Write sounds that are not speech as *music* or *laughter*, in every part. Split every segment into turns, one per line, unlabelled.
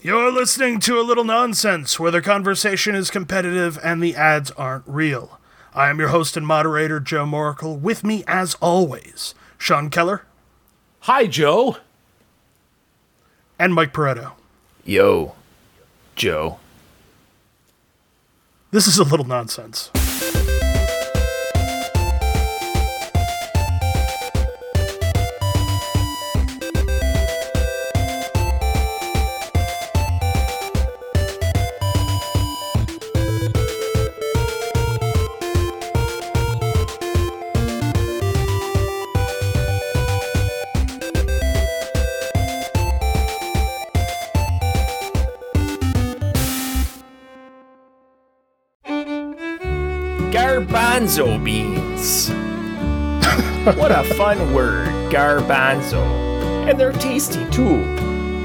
You're listening to A Little Nonsense, where the conversation is competitive and the ads aren't real. I am your host and moderator, Joe Moracle. With me, as always, Sean Keller
Hi, Joe.
and Mike Pareto.
Yo, Joe.
This is A Little Nonsense.
Garbanzo beans. what a fun word, garbanzo. And they're tasty too.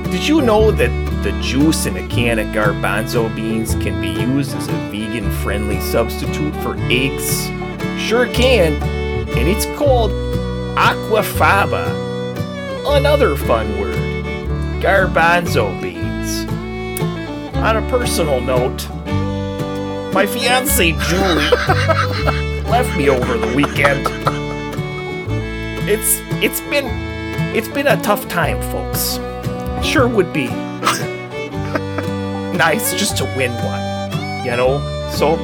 Did you know that the juice in a can of garbanzo beans can be used as a vegan friendly substitute for eggs? Sure can. And it's called aquafaba. Another fun word, garbanzo beans. On a personal note, my fiancee Julie left me over the weekend. It's it's been it's been a tough time, folks. It sure would be *laughs* nice just to win one, you know. So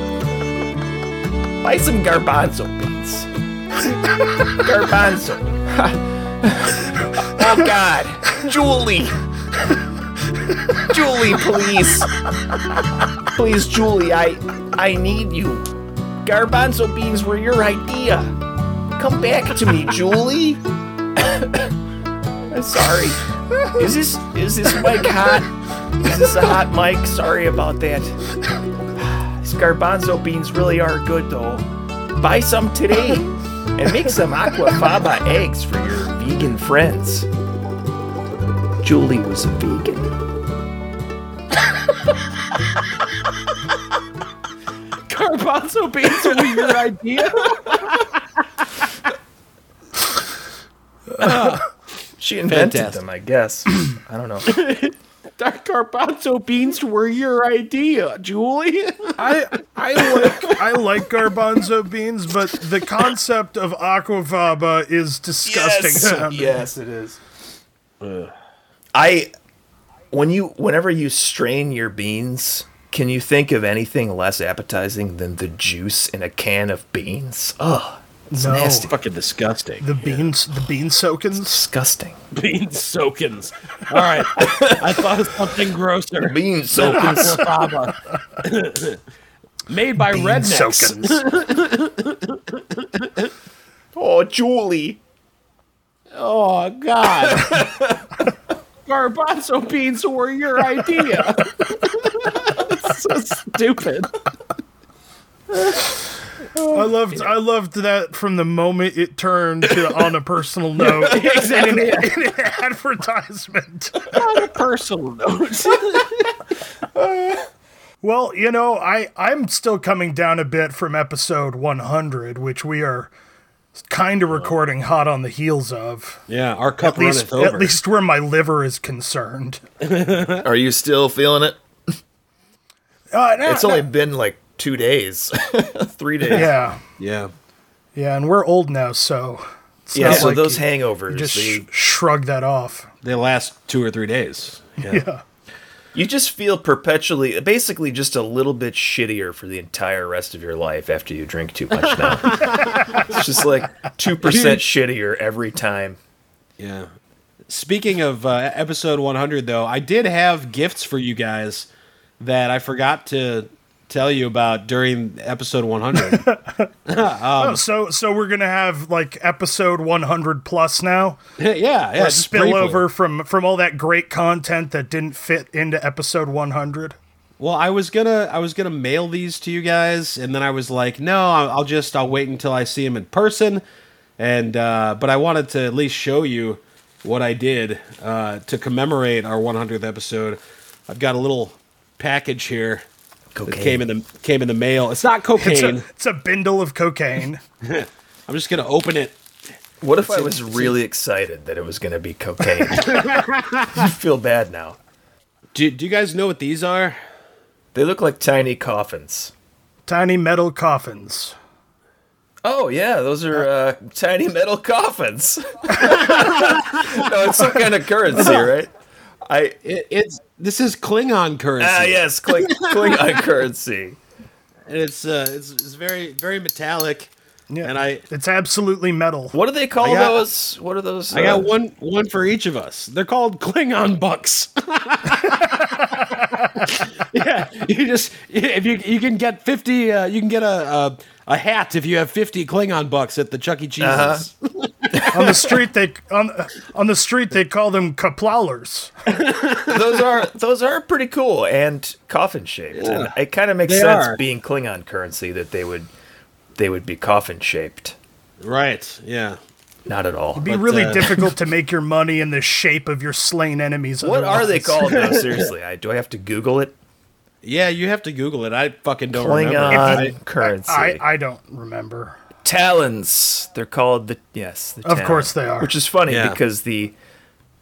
buy some garbanzo beans. *laughs* garbanzo. *laughs* oh God, Julie. Julie, please. Please, Julie, I I need you. Garbanzo beans were your idea. Come back to me, Julie. I'm sorry. Is this is this mic hot? Is this a hot mic? Sorry about that. These garbanzo beans really are good though. Buy some today and make some aquafaba eggs for your vegan friends. Julie was a vegan. Garbanzo beans were your idea? she invented
Fantastic.
them, I guess. *clears throat* I don't know.
*laughs* That garbanzo beans were your idea, Julie.
I, I, like, *laughs* I like garbanzo beans, but the concept of aquafaba is disgusting. to me. *laughs*
yes, it is.
I when you whenever you strain your beans, can you think of anything less appetizing than the juice in a can of beans? Oh, Ugh, it's
No.
nasty.
Fucking disgusting.
The beans, the bean soakins.
Disgusting.
Bean soakins. All right. I thought of something grosser.
Bean *laughs* soakins.
Aquafaba. *laughs* Made by rednecks.
soakins.
oh, Julie.
Oh *laughs* God. garbanzo beans were your idea. *laughs* That's so stupid.
I loved, I loved that from the moment it turned to on a personal note.
Exactly.
in an *laughs* advertisement.
On a personal note.
Well, you know, I I'm still coming down a bit from episode 100, which we are kind of recording hot on the heels of.
Yeah, our cup
At least, at least where my liver is concerned.
Are you still feeling it?
Uh, no,
It's
no,
only been like two days, *laughs* three days.
yeah,
yeah.
yeah, and we're old now, so it's
Yeah,
not
so
like
those
you
hangovers,
just sh-
they-
shrug that off.
They last two or three days.
Yeah,
you just feel perpetually, basically, just a little bit shittier for the entire rest of your life after you drink too much. Now it's just like two percent shittier every time.
Yeah. Speaking of uh, episode 100, though, I did have gifts for you guys that I forgot to tell you about during episode 100.
Oh, so so we're gonna have like episode 100 plus now.
*laughs* yeah, yeah.
A
just briefly.
spillover from from all that great content that didn't fit into episode 100.
Well, I was gonna, I was gonna mail these to you guys, and then I was like, no, I'll I'll just, I'll wait until I see them in person. And uh, but I wanted to at least show you what I did uh, to commemorate our 100th episode. I've got a little package here. That
Cocaine.
came in the came in the mail. It's not
It's
cocaine.
a, it's a bindle of
*laughs*
cocaine.
I'm just gonna open it.
What if I was really excited that it was going to be cocaine? I feel bad now.
Do, do you guys know what these are?
They look like tiny coffins.
Tiny metal coffins.
Oh yeah, those are uh, tiny metal coffins. *laughs* no, it's some kind of currency, right? I
It, it's this is Klingon currency.
ah yes, Kling, Klingon currency.
and it's uh, it's, it's very very metallic.
Yeah.
And I
It's absolutely metal.
What do they call
I got-
those? What are those?
I
uh,
got one one for each of us. They're called Klingon bucks. *laughs* yeah, you just if you you can get fifty, uh, you can get a, a a hat if you have fifty Klingon bucks at the Chuck E. Cheese's.
Uh-huh.
on
*laughs*
the street they on on the street they call them kaplowlers.
those are those are pretty cool and coffin shaped. And it kind of makes
They
sense
are.
being Klingon currency that they would they would be coffin shaped.
Right? Yeah.
Not at all.
It'd be
But,
really
uh,
difficult
*laughs*
to make your money in the shape of your slain enemies.
What are they
otherwise.
called?
*laughs*
No, seriously, I, do I have to Google it?
Yeah, you have to Google it. I fucking don't remember.
Klingon
If you-
currency.
I, I don't remember.
talons. They're called the yes. The
Of
talon.
course they are.
Which is funny
Yeah.
because the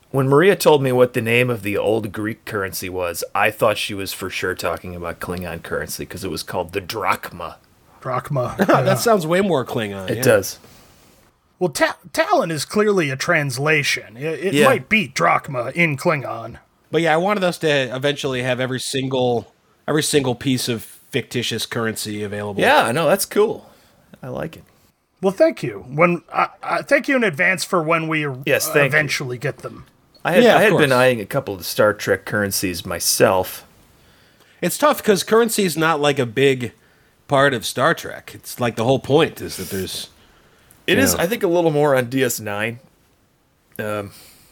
when Maria told me what the name of the old Greek currency was, I thought she was for sure talking about Klingon currency because it was called the drachma. *laughs*
Drachma. yeah.
That sounds way more Klingon.
It
yeah.
does.
Well, ta- Talon is clearly a translation. It, it
Yeah.
might be drachma in Klingon.
But yeah, I wanted us to eventually have every single every single piece of fictitious currency available.
Yeah, no, that's cool. I like it.
Well, thank you. When I, I thank you in advance for when we
Yes,
uh,
thank you.
eventually get them.
I had,
Yeah,
I
of
had
course.
been eyeing a couple of the Star Trek currencies myself.
It's tough because currency is not like a big part of Star Trek. It's like the whole point is that there's
It is,
Yeah.
I think, a little more on DS9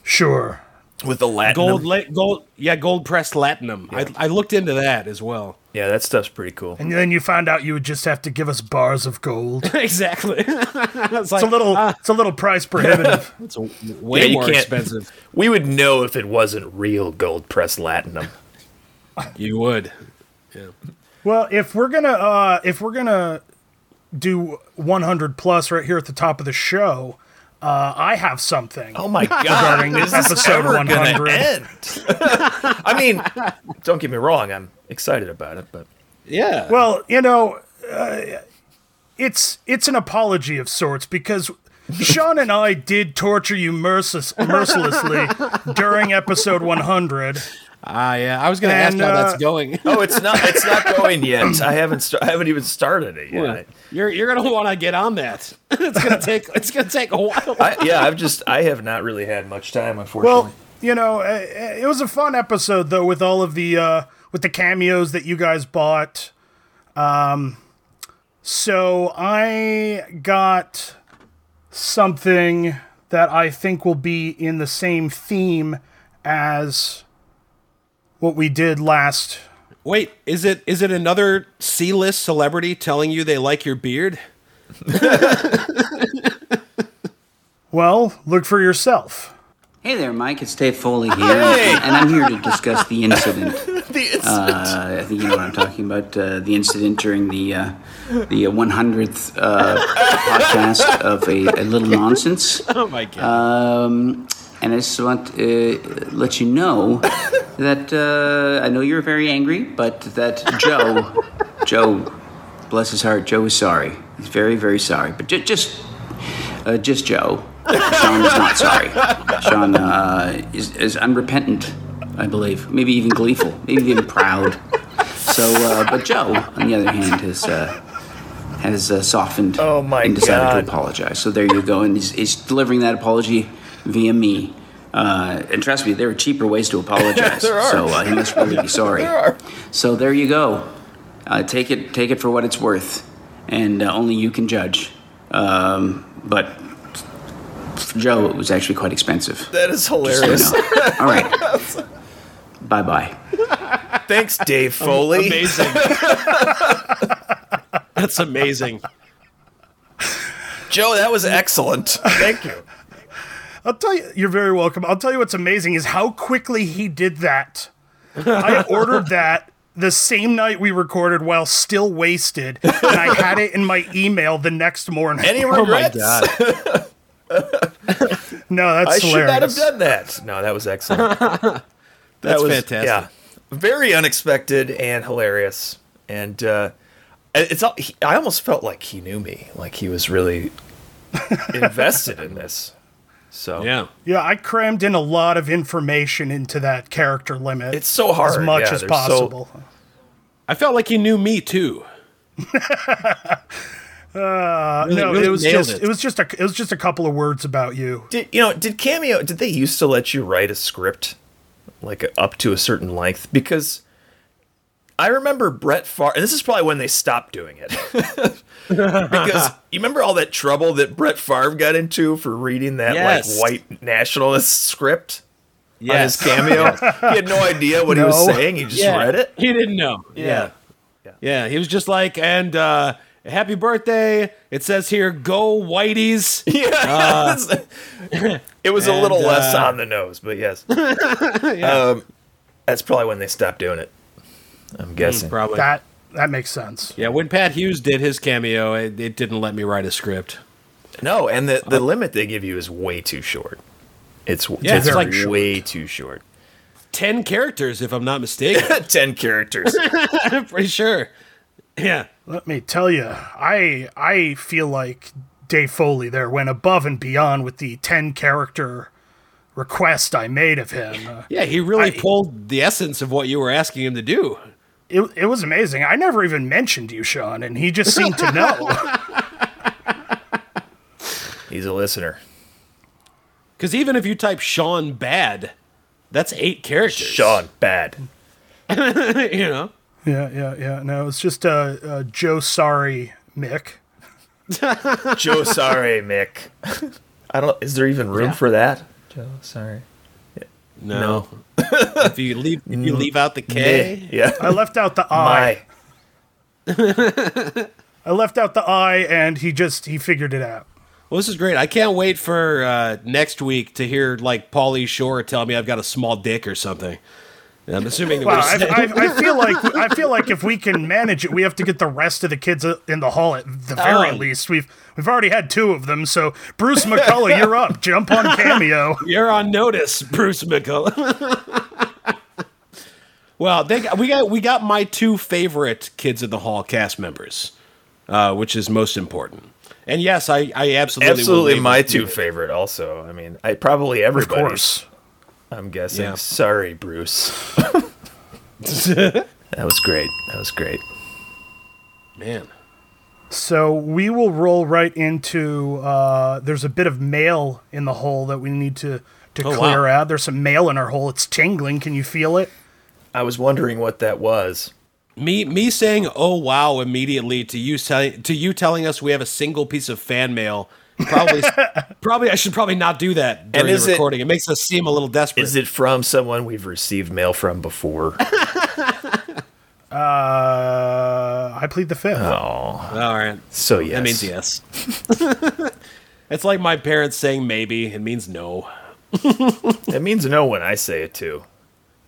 Sure.
with the Latin.
gold, la- gold, yeah, gold pressed latinum. I, I looked into that as well.
Yeah, that stuff's pretty cool.
And then you found out you would just have to give us bars of gold.
exactly. *laughs* it's like
It's a little. it's a little price prohibitive.
it's way
Yeah, you
more
can't- *laughs*
expensive.
We would know if it wasn't real gold pressed latinum.
You would.
*laughs* Well, if we're gonna uh, if we're gonna do 100 plus right here at the top of the show, uh, I have something.
Oh my god!
Regarding
Is this
episode
ever gonna
100.
end? I mean, don't get me wrong. I'm excited about it, but
Yeah.
Well, you know, uh, it's it's an apology of sorts because Sean and I did torture you merciless, mercilessly *laughs* during episode 100.
ah, yeah. I was gonna
And,
ask how
uh,
that's going.
oh, it's not. It's not going yet. I haven't. St- I haven't even started it yet.
You're you're gonna want to get on that. *laughs* it's gonna take it's gonna take a while.
*laughs* I, yeah, I've just. I have not really had much time, unfortunately.
Well, you know, uh, it was a fun episode though with all of the uh, with the cameos that you guys bought. Um, so I got something that I think will be in the same theme as what we did last.
Wait, is it is it another C list celebrity telling you they like your beard?
Well, look for yourself.
Hey there, Mike. It's Dave Foley here, and I'm here to discuss
*laughs*
the incident.
the incident.
Uh, I think you know what I'm talking about. Uh, the incident during the uh, the 100th uh, podcast of a, a little nonsense.
*laughs* Oh my god.
Um, and I just want to uh, let you know that uh, I know you're very angry, but that
*laughs*
Joe, Joe, bless his heart, Joe is sorry. He's very, very sorry. But ju- just, uh, just Joe. Sean is not sorry. Sean uh, is, is unrepentant, I believe. Maybe even gleeful. Maybe even proud. So, uh, but Joe, on the other hand, is. Uh, has uh, softened
Oh my
and decided
God.
to apologize. So there you go, and he's, he's delivering that apology via me. Uh, and trust me, there are cheaper ways to
*laughs*
apologize.
There are.
So uh, he must really be
*laughs*
sorry.
There are.
So there you go. Uh, take it, take it for what it's worth, and uh, only you can judge. Um, but for Joe, it was actually quite expensive.
that is
So,
hilarious.
no.
*laughs*
All right. Bye bye.
Thanks, Dave Foley.
Amazing. *laughs* That's amazing.
Joe, that was excellent. Thank you.
I'll tell you, you're very welcome. I'll tell you what's amazing is how quickly he did that.
*laughs*
I ordered that the same night we recorded while still wasted, and I had it in my email the next morning. *laughs* Oh
Any
Oh
regrets?
no, that's
I should
hilarious.
not have done that. No, that was excellent.
*laughs* That's
was-
fantastic.
Yeah. very unexpected and hilarious. And uh, it's all, he, I almost felt like he knew me, like he was
*laughs*
really invested in this. So
Yeah.
Yeah, I crammed in a lot of information into that character limit.
it's so hard
as much
yeah,
as
there's so-
possible.
I felt like he knew me too.
Uh, no,
really
it was
nailed
just
it.
it. was just a it was just a couple of words about you.
did you know? Did cameo? Did they used to let you write a script like up to a certain length? Because I remember Brett Favre, and this is probably when they stopped doing it.
*laughs*
because you remember all that trouble that Brett Favre got into for reading that
Yes.
like white nationalist script on his
*laughs* Yes.
cameo. he had no idea what he was
No.
saying. He just read
*laughs*
it.
He didn't know.
Yeah.
Yeah. yeah. He was just like, and uh happy birthday. It says here, go whiteys.
Yeah, *laughs* it was a little
and,
less
uh,
on the nose, but
*laughs*
yes, um, that's probably when they stopped doing it. I'm
Hmm,
guessing.
Probably.
That that makes sense.
yeah, when Pat Hughes did his cameo, it, it didn't let me write a script.
No, and the, the limit they give you is way too short. It's
Yeah,
it's
it's
like
like
way too short. *laughs*
Ten characters, if I'm not mistaken.
Ten characters.
I'm pretty sure. Yeah.
Let me tell you, I I feel like Dave Foley there went above and beyond with the ten character request I made of him. Uh,
Yeah, he really pulled the essence of what you were asking him to do.
it it was amazing. I never even mentioned you, Sean, and he just seemed to know. *laughs*
He's a listener.
Because even if you type Sean Bad, that's eight characters.
Sean, bad.
*laughs* you know?
yeah, yeah, yeah. No, it's just uh, uh, Joe. Sorry, Mick.
Joe, sorry, Mick. I don't. Is there even room for that? Joe, sorry. *laughs*
No. if you leave if you leave out the K.
Yeah.
I left out the I.
My.
I left out the I, and he just he figured it out.
Well, this is great. I can't wait for uh, next week to hear like Paulie Shore tell me I've got a small dick or something. And I'm assuming that
Wow,
we're
I,
*laughs*
saying-
I, I
*laughs*
feel like I feel like if we can manage it, we have to get the rest of the kids in the hall at the very
Oh.
least. We've we've already had two of them, so Bruce McCullough, you're
*laughs*
up. Jump on cameo.
you're on notice, Bruce McCullough. *laughs* well, they got, we got we got my two favorite Kids in the Hall cast members, uh, which is most important. And yes, I I absolutely will
Absolutely,
leave
my
with you.
two favorite. Also, I mean, I probably everybody's.
course.
I'm guessing.
Yeah.
Sorry, Bruce. that was great. That was great.
man.
So we will roll right into. Uh, there's a bit of mail in the hole that we need to to
Oh, wow.
clear out. There's some mail in our hole. It's tingling. Can you feel it?
I was wondering what that was.
Me me saying oh wow immediately to you tell, to you telling us we have a single piece of fan mail probably
*laughs*
probably I should probably not do that during
is
the
it-
recording. It, makes us seem a little desperate.
Is it from someone we've received mail from before?
Uh, I plead the fifth.
oh,
All right.
so yes.
That means yes. *laughs* it's like my parents saying maybe it means no.
It means no when I say it too.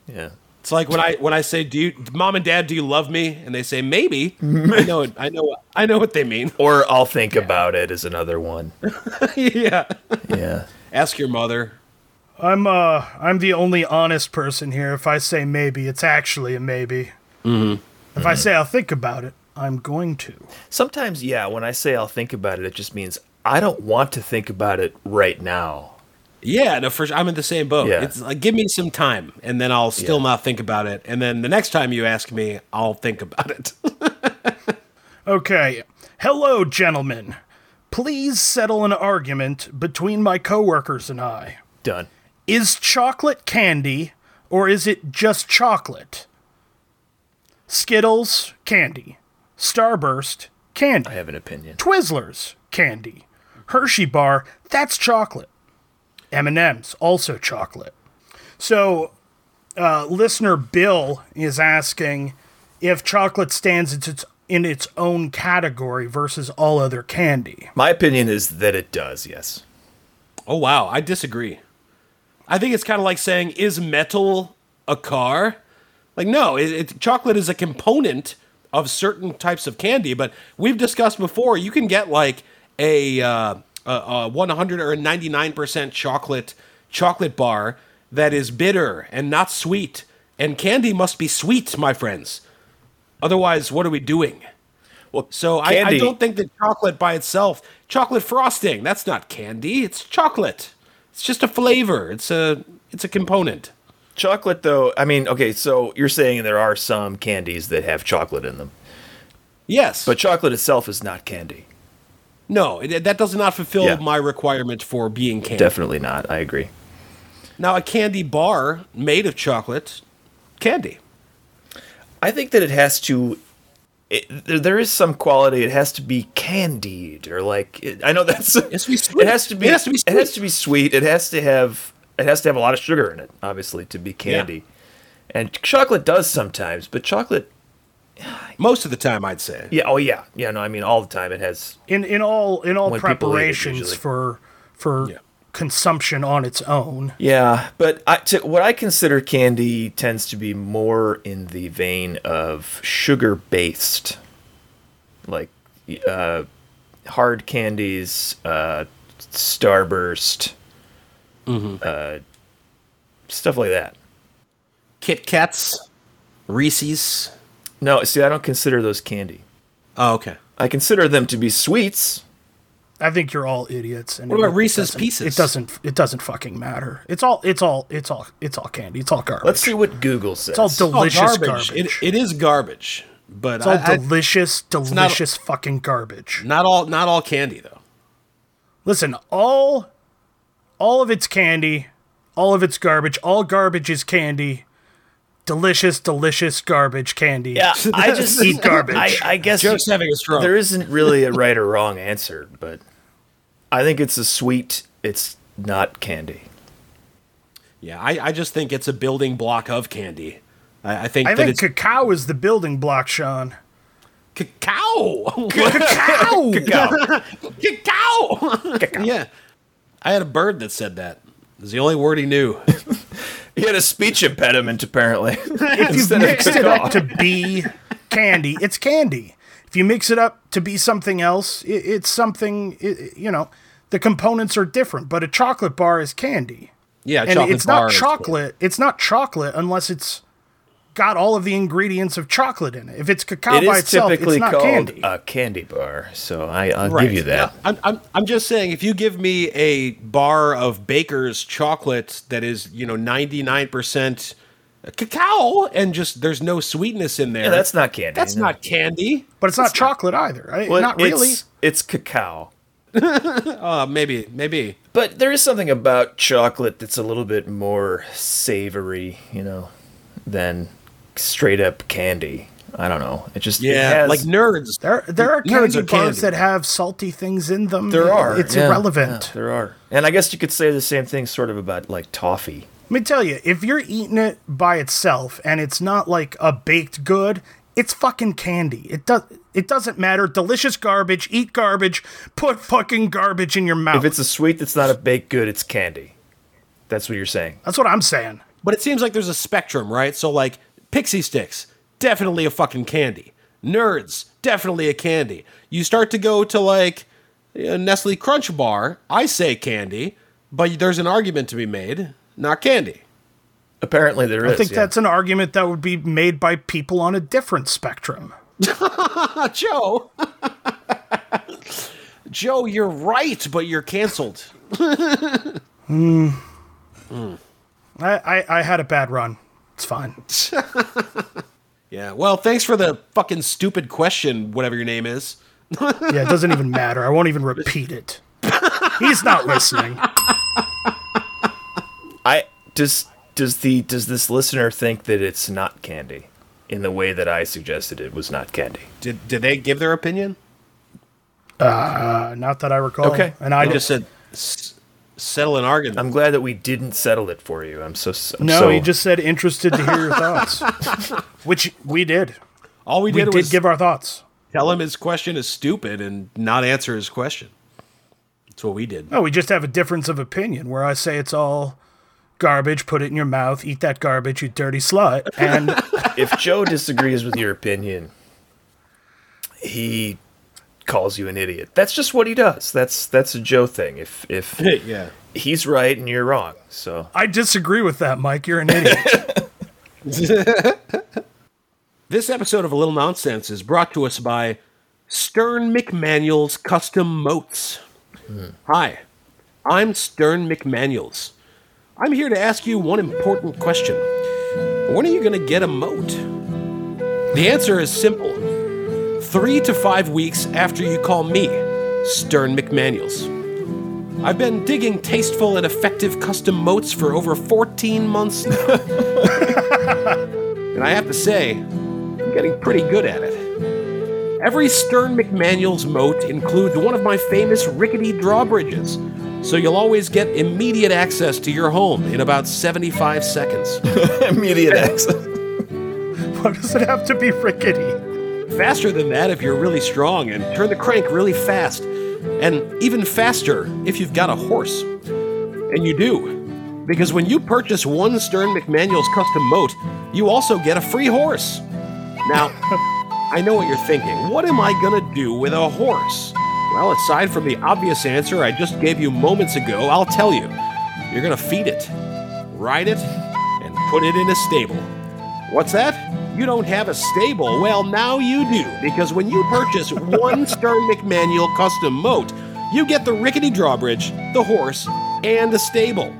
Yeah.
It's like when I when I say do you mom and dad do you love me and they say maybe I know it, I know I know what they mean. *laughs*
Or I'll think about it is another one.
yeah.
Yeah.
Ask your mother.
I'm uh I'm the only honest person here. If I say maybe, it's actually a maybe. Mm-hmm. If I say I'll think about it, I'm going to.
Sometimes, yeah, when I say I'll think about it, it just means I don't want to think about it right now.
Yeah, no, for sure. I'm in the same boat.
Yeah.
It's like give me some time, and then I'll still not think about it. And then the next time you ask me, I'll think about it. *laughs*
Okay. Hello, gentlemen. Please settle an argument between my coworkers and I.
Done.
Is chocolate candy or is it just chocolate? Skittles, candy. Starburst, candy.
I have an opinion.
Twizzlers, candy. Hershey bar, that's chocolate. M&M's, also chocolate. So, uh, listener Bill is asking if chocolate stands in its, in its own category versus all other candy.
My opinion is that it does, yes.
oh wow, I disagree. I think it's kind of like saying, "Is metal a car?" Like, no, it, it, chocolate is a component of certain types of candy. But we've discussed before, you can get like a, uh, a, a 100 or 99 percent chocolate chocolate bar that is bitter and not sweet and candy must be sweet, my friends. Otherwise, what are we doing?
Well,
So I, I
candy-
don't think that chocolate by itself, chocolate frosting, that's not candy. It's chocolate. It's just a flavor. It's a it's a component.
Chocolate, though, I mean, okay, so you're saying there are some candies that have chocolate in them,
Yes,
but chocolate itself is not candy.
no, it, that does not fulfill
Yeah.
my requirement for being candy.
Definitely not. I agree.
Now, a candy bar made of chocolate, candy.
I think that it has to. It, there- there is some quality. It has to be candied, or like it, I know that's. It
has to be sweet.
It has to be.
It has to be
It has to be sweet. It has to have. It has to have a lot of sugar in it, obviously, to be candy. And chocolate does sometimes, but chocolate.
Most of the time, I'd say.
Yeah. Oh yeah. Yeah. No, I mean all the time. It has.
in in all in all
When people eat it,
preparations
usually.
for for
Yeah.
consumption on its own.
Yeah, but I, to, what I consider candy tends to be more in the vein of sugar based, like uh, hard candies, uh, Starburst, uh, stuff like that.
Kit Kats, Reese's.
No, see, I don't consider those candy.
Oh, okay.
I consider them to be sweets.
I think you're all idiots. And
What about
it
Reese's
doesn't-
Pieces?
It doesn't. It doesn't fucking matter. It's all. It's all. It's all. It's all candy. It's all garbage.
Let's see what Google says.
it's all
It's all
delicious garbage.
Oh, It, it is garbage, but
it's all
I- I-
Oh, delicious,
not-
delicious fucking garbage.
not all not all candy though.
Listen, all, all of it's candy, all of it's garbage. All garbage is candy. Delicious, delicious garbage candy.
yeah,
*laughs*
I just
Eat garbage.
I, I guess
Joe's having a stroke.
There isn't really a right or wrong answer, but I think it's a sweet. It's not candy.
yeah, I, I just think it's a building block of candy. I, I think
I
that
think
it's
cacao is the building block, Sean.
cacao. *laughs* cacao.
Cacao.
*laughs*
cacao. yeah, I had a bird that said that. It was the only word he knew.
He had a speech
*laughs*
impediment, apparently. *laughs*
If you mixed it up to be candy, it's candy. If you mix it up to be something else, it, it's something. It, it- you know, the components are different, but a chocolate bar is candy.
Yeah,
and
chocolate
it's not
bar is-
chocolate. It's not chocolate unless it's got all of the ingredients of chocolate in it. If it's cacao
it
by
is
itself,
typically
it's not
called
candy.
a candy bar, so I, I'll
Right.
give you that.
Yeah. I'm, I'm, I'm just saying, if you give me a bar of Baker's chocolate that is, you know, 99% cacao and just there's no sweetness in there.
Yeah, that's not candy.
That's
no.
not candy.
but it's not chocolate either. I,
Well,
not really.
It's, it's cacao.
Uh, maybe, maybe.
But there is something about chocolate that's a little bit more savory, you know, than straight up candy. I don't know. It just it has-
like nerds.
There, there are
Nerds
candy
are
bars
candy.
that have salty things in them.
There are.
It's
yeah,
irrelevant.
yeah, there are. And I guess you could say the same thing sort of about like toffee.
Let me tell you, if you're eating it by itself and it's not like a baked good, it's fucking candy. It does. It doesn't matter. Delicious garbage. Eat garbage. Put fucking garbage in your mouth.
If it's a sweet that's not a baked good, it's candy. That's what you're saying.
That's what I'm saying.
But it seems like there's a spectrum, right? So, like, pixie sticks, definitely a fucking candy. Nerds, definitely a candy. You start to go to like a Nestle Crunch Bar, I say candy, but there's an argument to be made, not candy.
Apparently there is.
I think
yeah.
that's an argument that would be made by people on a different spectrum.
Not Ah, Joe. *laughs* Joe, you're right, but you're canceled.
I, I, I had a bad run. It's fine.
Yeah. Well, thanks for the fucking stupid question, whatever your name is.
Yeah, it doesn't even matter. I won't even repeat it. He's not listening.
I does does the does this listener think that it's not candy in the way that I suggested it was not candy?
Did did they give their opinion?
Uh, not that I recall.
Okay.
And I
I just
just
said s- settle an argument.
Um,
I'm glad that we didn't settle it for you. I'm so s- I'm
no,
so-
he just said interested to hear your thoughts, which we did.
All we
We
did
did,
was
give our thoughts.
tell him his question is stupid and not answer his question. That's what we did.
No, we just have a difference of opinion where I say it's all garbage. Put it in your mouth. Eat that garbage, you dirty slut. And
*laughs* if Joe disagrees with your opinion, he calls you an idiot. That's just what he does. That's that's a Joe thing. If if
yeah.
he's right and you're wrong, so
I disagree with that, Mike. You're an idiot.
This episode of A Little Nonsense is brought to us by Stern McManuel's Custom Moats. Hi, I'm Stern McManuel's. I'm here to ask you one important question When are you going to get a moat? The answer is simple three to five weeks after you call me, Stern McManuel's. I've been digging tasteful and effective custom moats for over 14 months now. and I have to say, I'm getting pretty good at it. Every Stern McManuel's moat includes one of my famous rickety drawbridges, so you'll always get immediate access to your home in about 75 seconds.
Immediate access.
Why does it have to be rickety?
faster than that if you're really strong, and turn the crank really fast, and even faster if you've got a horse. And you do, because when you purchase one Stern McManuel's custom moat, you also get a free horse. Now, I know what you're thinking. What am I gonna do with a horse? Well, aside from the obvious answer I just gave you moments ago, I'll tell you. You're gonna feed it, ride it, and put it in a stable. What's that? You don't have a stable. Well, now you do, because when you purchase one Stern McManuel custom moat, you get the rickety drawbridge, the horse, and the stable,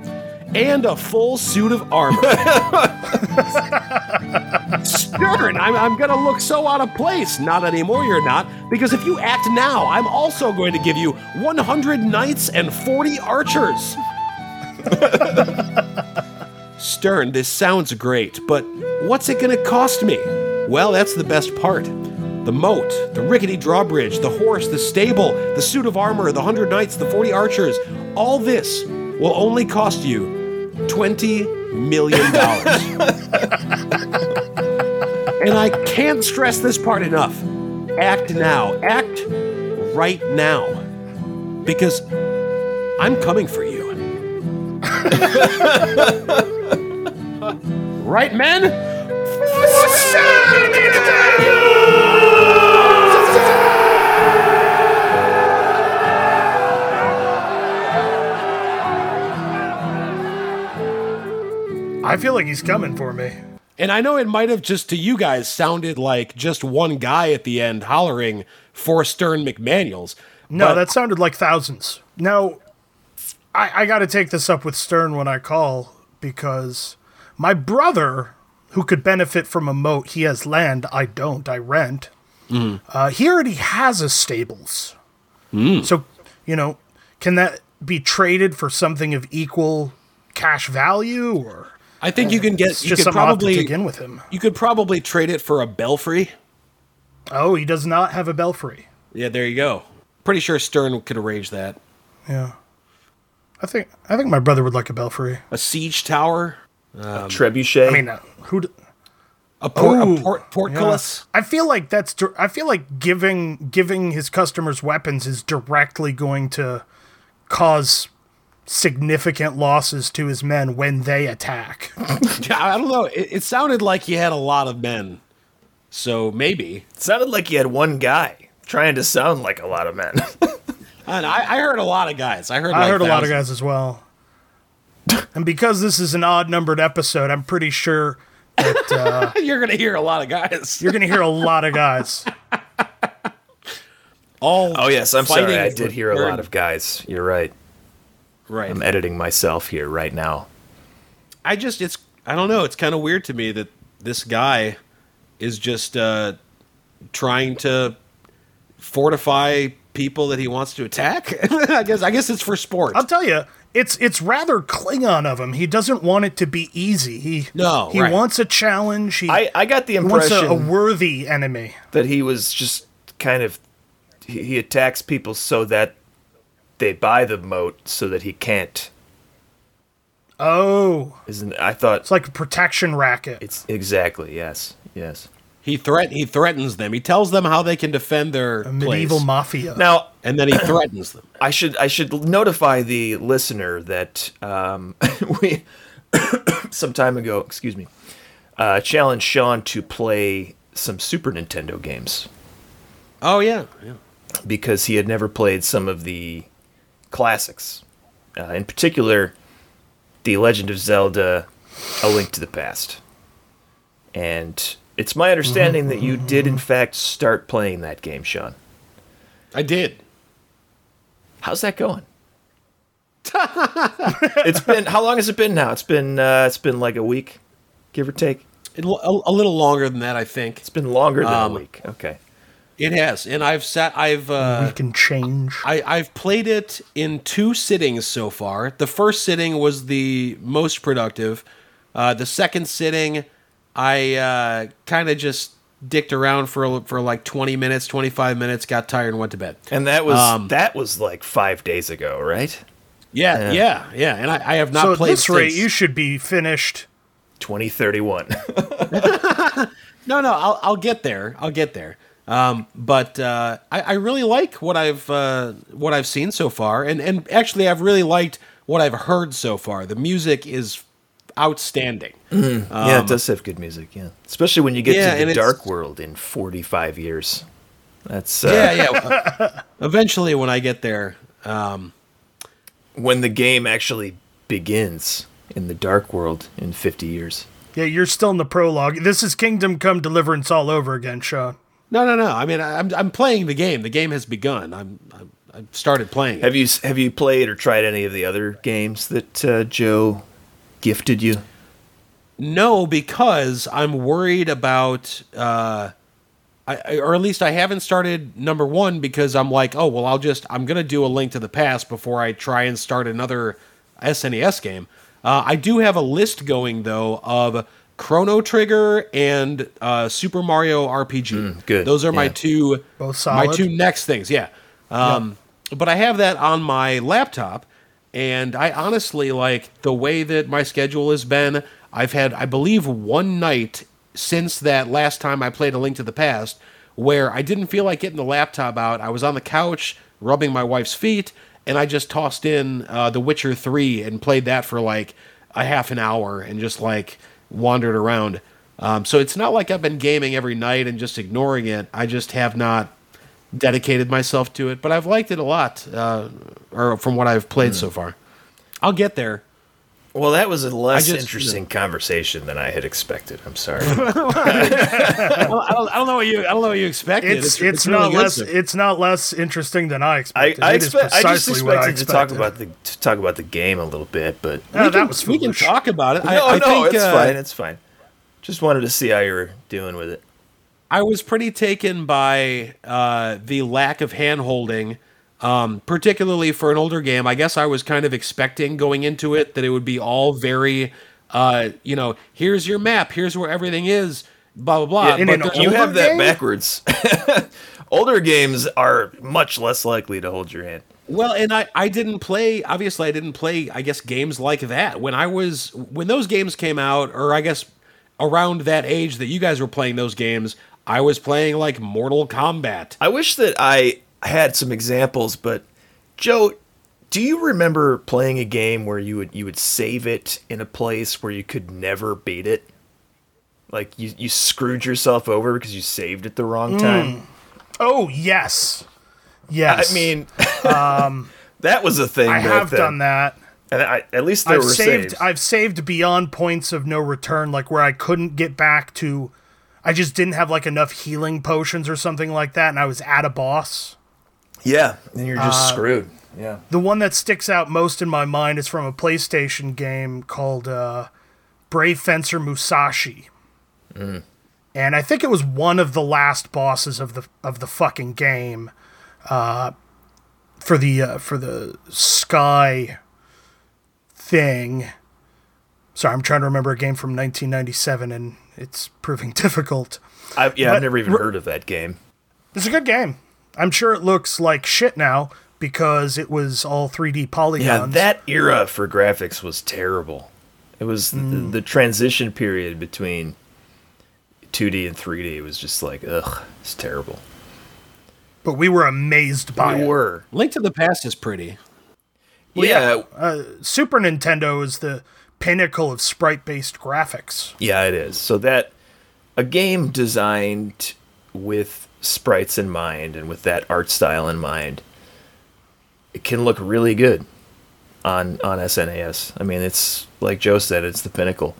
and a full suit of armor. Stern, I'm, I'm going to look so out of place. Not anymore, you're not, because if you act now, I'm also going to give you 100 knights and 40 archers. Stern, this sounds great, but what's it gonna cost me? Well, that's the best part. The moat, the rickety drawbridge, the horse, the stable, the suit of armor, the hundred knights, the forty archers, all this will only cost you twenty million dollars. *laughs* and I can't stress this part enough. Act now. Act right now. Because I'm coming for you. Right, men?
I feel like he's coming for me.
And I know it might have just to you guys sounded like just one guy at the end hollering for Stern McManuels.
No,
but
that sounded like thousands. Now, I, I got to take this up with Stern when I call because my brother, who could benefit from a moat, he has land. I don't. I rent. Uh, he already has a stables. So, you know, can that be traded for something of equal cash value, or
I think you can get
it's
you
just
could
something probably to
probably
dig in with him?
you could probably trade it for a belfry.
Oh, he does not have a belfry.
Yeah, there you go. Pretty sure Stern could arrange that.
Yeah, I think I think my brother would like a belfry.
A siege tower,
Trebuchet.
I mean, uh, who? d-
a, por-
Ooh,
a port- portcullis.
I feel like that's. dir- I feel like giving giving his customers weapons is directly going to cause significant losses to his men when they attack.
*laughs* Yeah, I don't know. It, it sounded like he had a lot of men, so maybe.
it sounded like you had one guy trying to sound like a lot of men.
And I, I heard a lot of guys. I heard.
I
like
heard a lot of
thousands.
guys as well. And because this is an odd numbered episode, I'm pretty sure that uh, *laughs*
*laughs* You're gonna hear a lot of guys.
you're going to hear a lot of guys.
all.
*laughs* oh yes, I'm
fighting
sorry. I
for
did hear a
Stern.
lot of guys. You're right.
Right.
I'm editing myself here right now.
I just it's I don't know. It's kind of weird to me that this guy is just uh, trying to fortify people that he wants to attack. *laughs* I guess I guess it's for sport.
I'll tell you, it's it's rather Klingon of him. He doesn't want it to be easy. He
No,
he
right.
wants a challenge. He,
I, I got the
he wants
impression
a, a worthy enemy.
that he was just kind of he, he attacks people so that they buy the moat so that he can't.
Oh,
Isn't I thought
it's like a protection racket.
it's exactly yes yes.
He threat he threatens them. He tells them how they can defend their
medieval
place,
mafia.
Now
and then he threatens them.
I should I should notify the listener that um, *laughs* we *coughs* some time ago, excuse me, uh, challenged Sean to play some Super Nintendo games
Oh yeah, yeah.
because he had never played some of the classics, uh, in particular, The Legend of Zelda: A Link to the Past. And it's my understanding that you did, in fact, start playing that game, Sean.
I did.
How's that going? *laughs* it's been how long has it been now? It's been uh, it's been like a week, give or take.
It, a, a little longer than that, I think.
It's been longer than
Um,
a week. Okay.
It has, and I've sat. I've uh,
we can change.
I, I've played it in two sittings so far. The first sitting was the most productive. Uh, the second sitting, I uh, kind of just dicked around for for like twenty minutes, twenty five minutes, got tired and went to bed.
And that was
Um,
that was like five days ago, right?
Yeah, yeah, yeah. And I, I have not
so at
played
this rate,
since.
you should be finished.
Twenty thirty *laughs* one.
No, no, I'll I'll get there. I'll get there. Um, but uh, I, I really like what I've uh, what I've seen so far, and and actually I've really liked what I've heard so far. The music is outstanding.
yeah, it does have good music. Yeah, especially when you get
Yeah,
to
and
the
it's-
Dark World in forty five years. That's uh,
Yeah, yeah. Uh, Eventually, when I get there, um,
when the game actually begins in the Dark World in fifty years.
Yeah, you're still in the prologue. This is Kingdom Come Deliverance all over again, Sean.
no, no, no. I mean, I, I'm I'm playing the game. The game has begun. I'm, I'm I started playing. It.
Have you have you played or tried any of the other games that uh, Joe gifted you?
No, because I'm worried about. Uh, I- I, or at least I haven't started number one because I'm like, oh well, I'll just I'm gonna do a Link to the Past before I try and start another SNES game. Uh, I do have a list going though of Chrono Trigger and uh, Super Mario RPG.
Mm, good,
Those are my
yeah.
two
Both
my
solid.
two next things. Yeah. Um, But I have that on my laptop, and I honestly like the way that my schedule has been. I've had, I believe, one night since that last time I played A Link to the Past where I didn't feel like getting the laptop out. I was on the couch rubbing my wife's feet, and I just tossed in uh, The Witcher 3 and played that for like a half an hour and just like wandered around. Um, so it's not like I've been gaming every night and just ignoring it. I just have not dedicated myself to it, but I've liked it a lot, uh, or from what I've
Hmm.
played so far. I'll
*laughs*
get there.
Well, that was a less
just-
interesting conversation than I had expected. I'm sorry.
I don't, I don't, I don't know what you. I don't know what you expected.
It's it's,
really
not
good
less
so-
it's not less interesting than I
I,
expected.
I,
It is
expect, I just
precisely what
expected to talk
expected.
about the to talk about the game a little bit, but
No,
we,
that
can,
was
we can
foolish.
talk about it. I,
no,
I
no,
think,
it's
uh,
fine. It's fine. Just wanted to see how you were doing with it.
I was pretty taken by uh, the lack of hand holding, um, particularly for an older game. I guess I was kind of expecting going into it that it would be all very, uh, you know, here's your map, here's where everything is, blah blah blah.
in
but
an
there's-
You
Older
have that
game?
backwards. *laughs* Older games are much less likely to hold your hand.
Well, and I, I didn't play, obviously, I didn't play, I guess, games like that. When I was, when those games came out, or I guess around that age that you guys were playing those games, I was playing like Mortal Kombat.
I wish that I had some examples, but Joe, do you remember playing a game where you would you would save it in a place where you could never beat it? Like you, you screwed yourself over because you saved it the
Mm.
wrong time.
Oh yes, yes.
I mean, *laughs* that was a thing.
Um, I
back
have
then.
done that.
And I, at least there
I've
were
saved.
saves.
I've saved beyond points of no return, like where I couldn't get back to. I just didn't have like enough healing potions or something like that, and I was at a boss.
yeah, and you're just
Uh,
screwed. Yeah.
The one that sticks out most in my mind is from a PlayStation game called uh, Brave Fencer Musashi,
Mm.
and I think it was one of the last bosses of the of the fucking game, uh, for the uh, for the sky thing. Sorry, I'm trying to remember a game from 1997, and it's proving *laughs* difficult.
I, yeah, I've
But-
never even heard of that game.
It's a good game. I'm sure it looks like shit now because it was all 3D
Yeah,
polygons.
that era for graphics was terrible. It was th- the transition period between 2D and 3D was just like, ugh, it's terrible.
but we were amazed by
We
it.
were.
Link to the Past is pretty.
yeah, yeah,
Super Nintendo is the pinnacle of sprite-based graphics.
it is. So that a game designed with sprites in mind and with that art style in mind, it can look really good on on SNES. I mean, it's like Joe said, it's the pinnacle.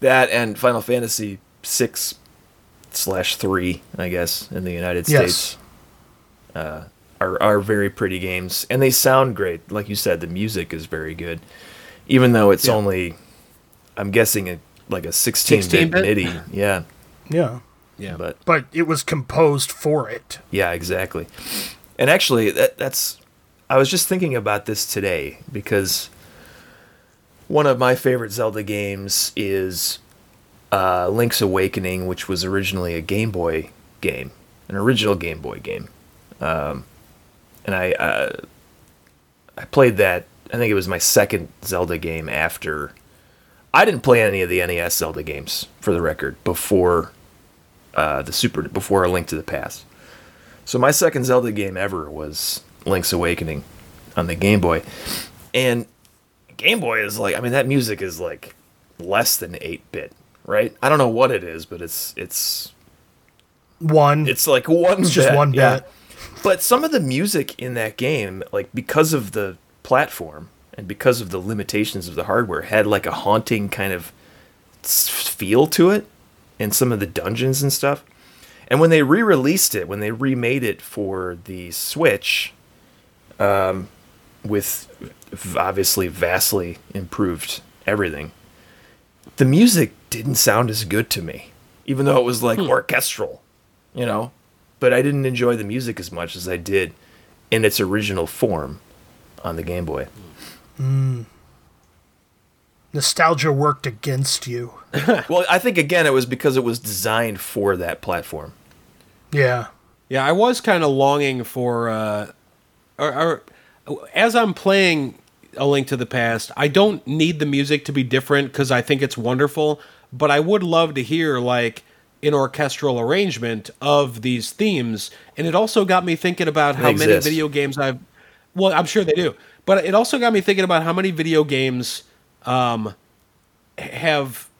That and Final Fantasy six slash three, I guess, in the United
Yes.
States uh, are are very pretty games, and they sound great. Like you said, the music is very good, even though it's only, I'm guessing a like a 16 bit
16-bit?
MIDI. Yeah,
Yeah.
Yeah,
but
But it was composed for it.
yeah, exactly. And actually, that that's I was just thinking about this today because one of my favorite Zelda games is uh, Link's Awakening, which was originally a Game Boy game, an original Game Boy game, um, and I uh, I played that. I think it was my second Zelda game after. I didn't play any of the NES Zelda games, for the record, before uh, the Super, before A Link to the Past. So my second Zelda game ever was Link's Awakening on the Game Boy. And Game Boy is like I mean that music is like less than 8-bit, right? I don't know what it is, but it's it's
One.
it's like one
Mm. It's just
bit,
one
yeah.
bit.
But some of the music in that game like because of the platform and because of the limitations of the hardware had like a haunting kind of s- feel to it in some of the dungeons and stuff. And when they re-released it, when they remade it for the Switch, um, with v- obviously vastly improved everything, the music didn't sound as good to me, even though it was
Hmm.
like orchestral, you know. But I didn't enjoy the music as much as I did in its original form on the Game Boy.
Nostalgia worked against you.
*laughs*
well, I think again it was because it was designed for that platform.
Yeah.
Yeah, I was kind of longing for, uh, or, or as I'm playing A Link to the Past, I don't need the music to be different because I think it's wonderful. But I would love to hear like an orchestral arrangement of these themes, and it also got me thinking about how many
exist.
video games I've. Well, I'm sure they do, but it also got me thinking about how many video games have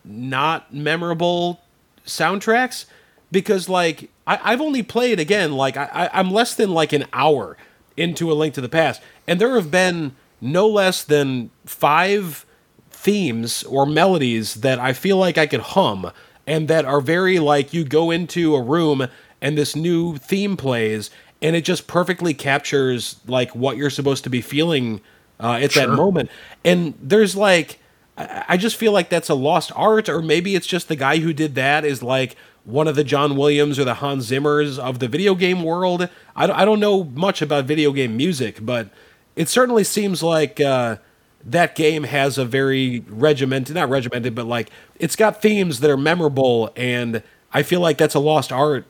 not memorable soundtracks because like I, I've only played again like I, I, I'm less than like an hour into A Link to the Past, and there have been no less than five themes or melodies that I feel like I could hum and that are very like you go into a room and this new theme plays and it just perfectly captures like what you're supposed to be feeling uh, at that moment and there's like I I just feel like that's a lost art, or maybe it's just the guy who did that is like one of the John Williams or the Hans Zimmers of the video game world. I don't, I don't know much about video game music, but it certainly seems like uh, that game has a very regimented, not regimented, but like it's got themes that are memorable, and I feel like that's a lost art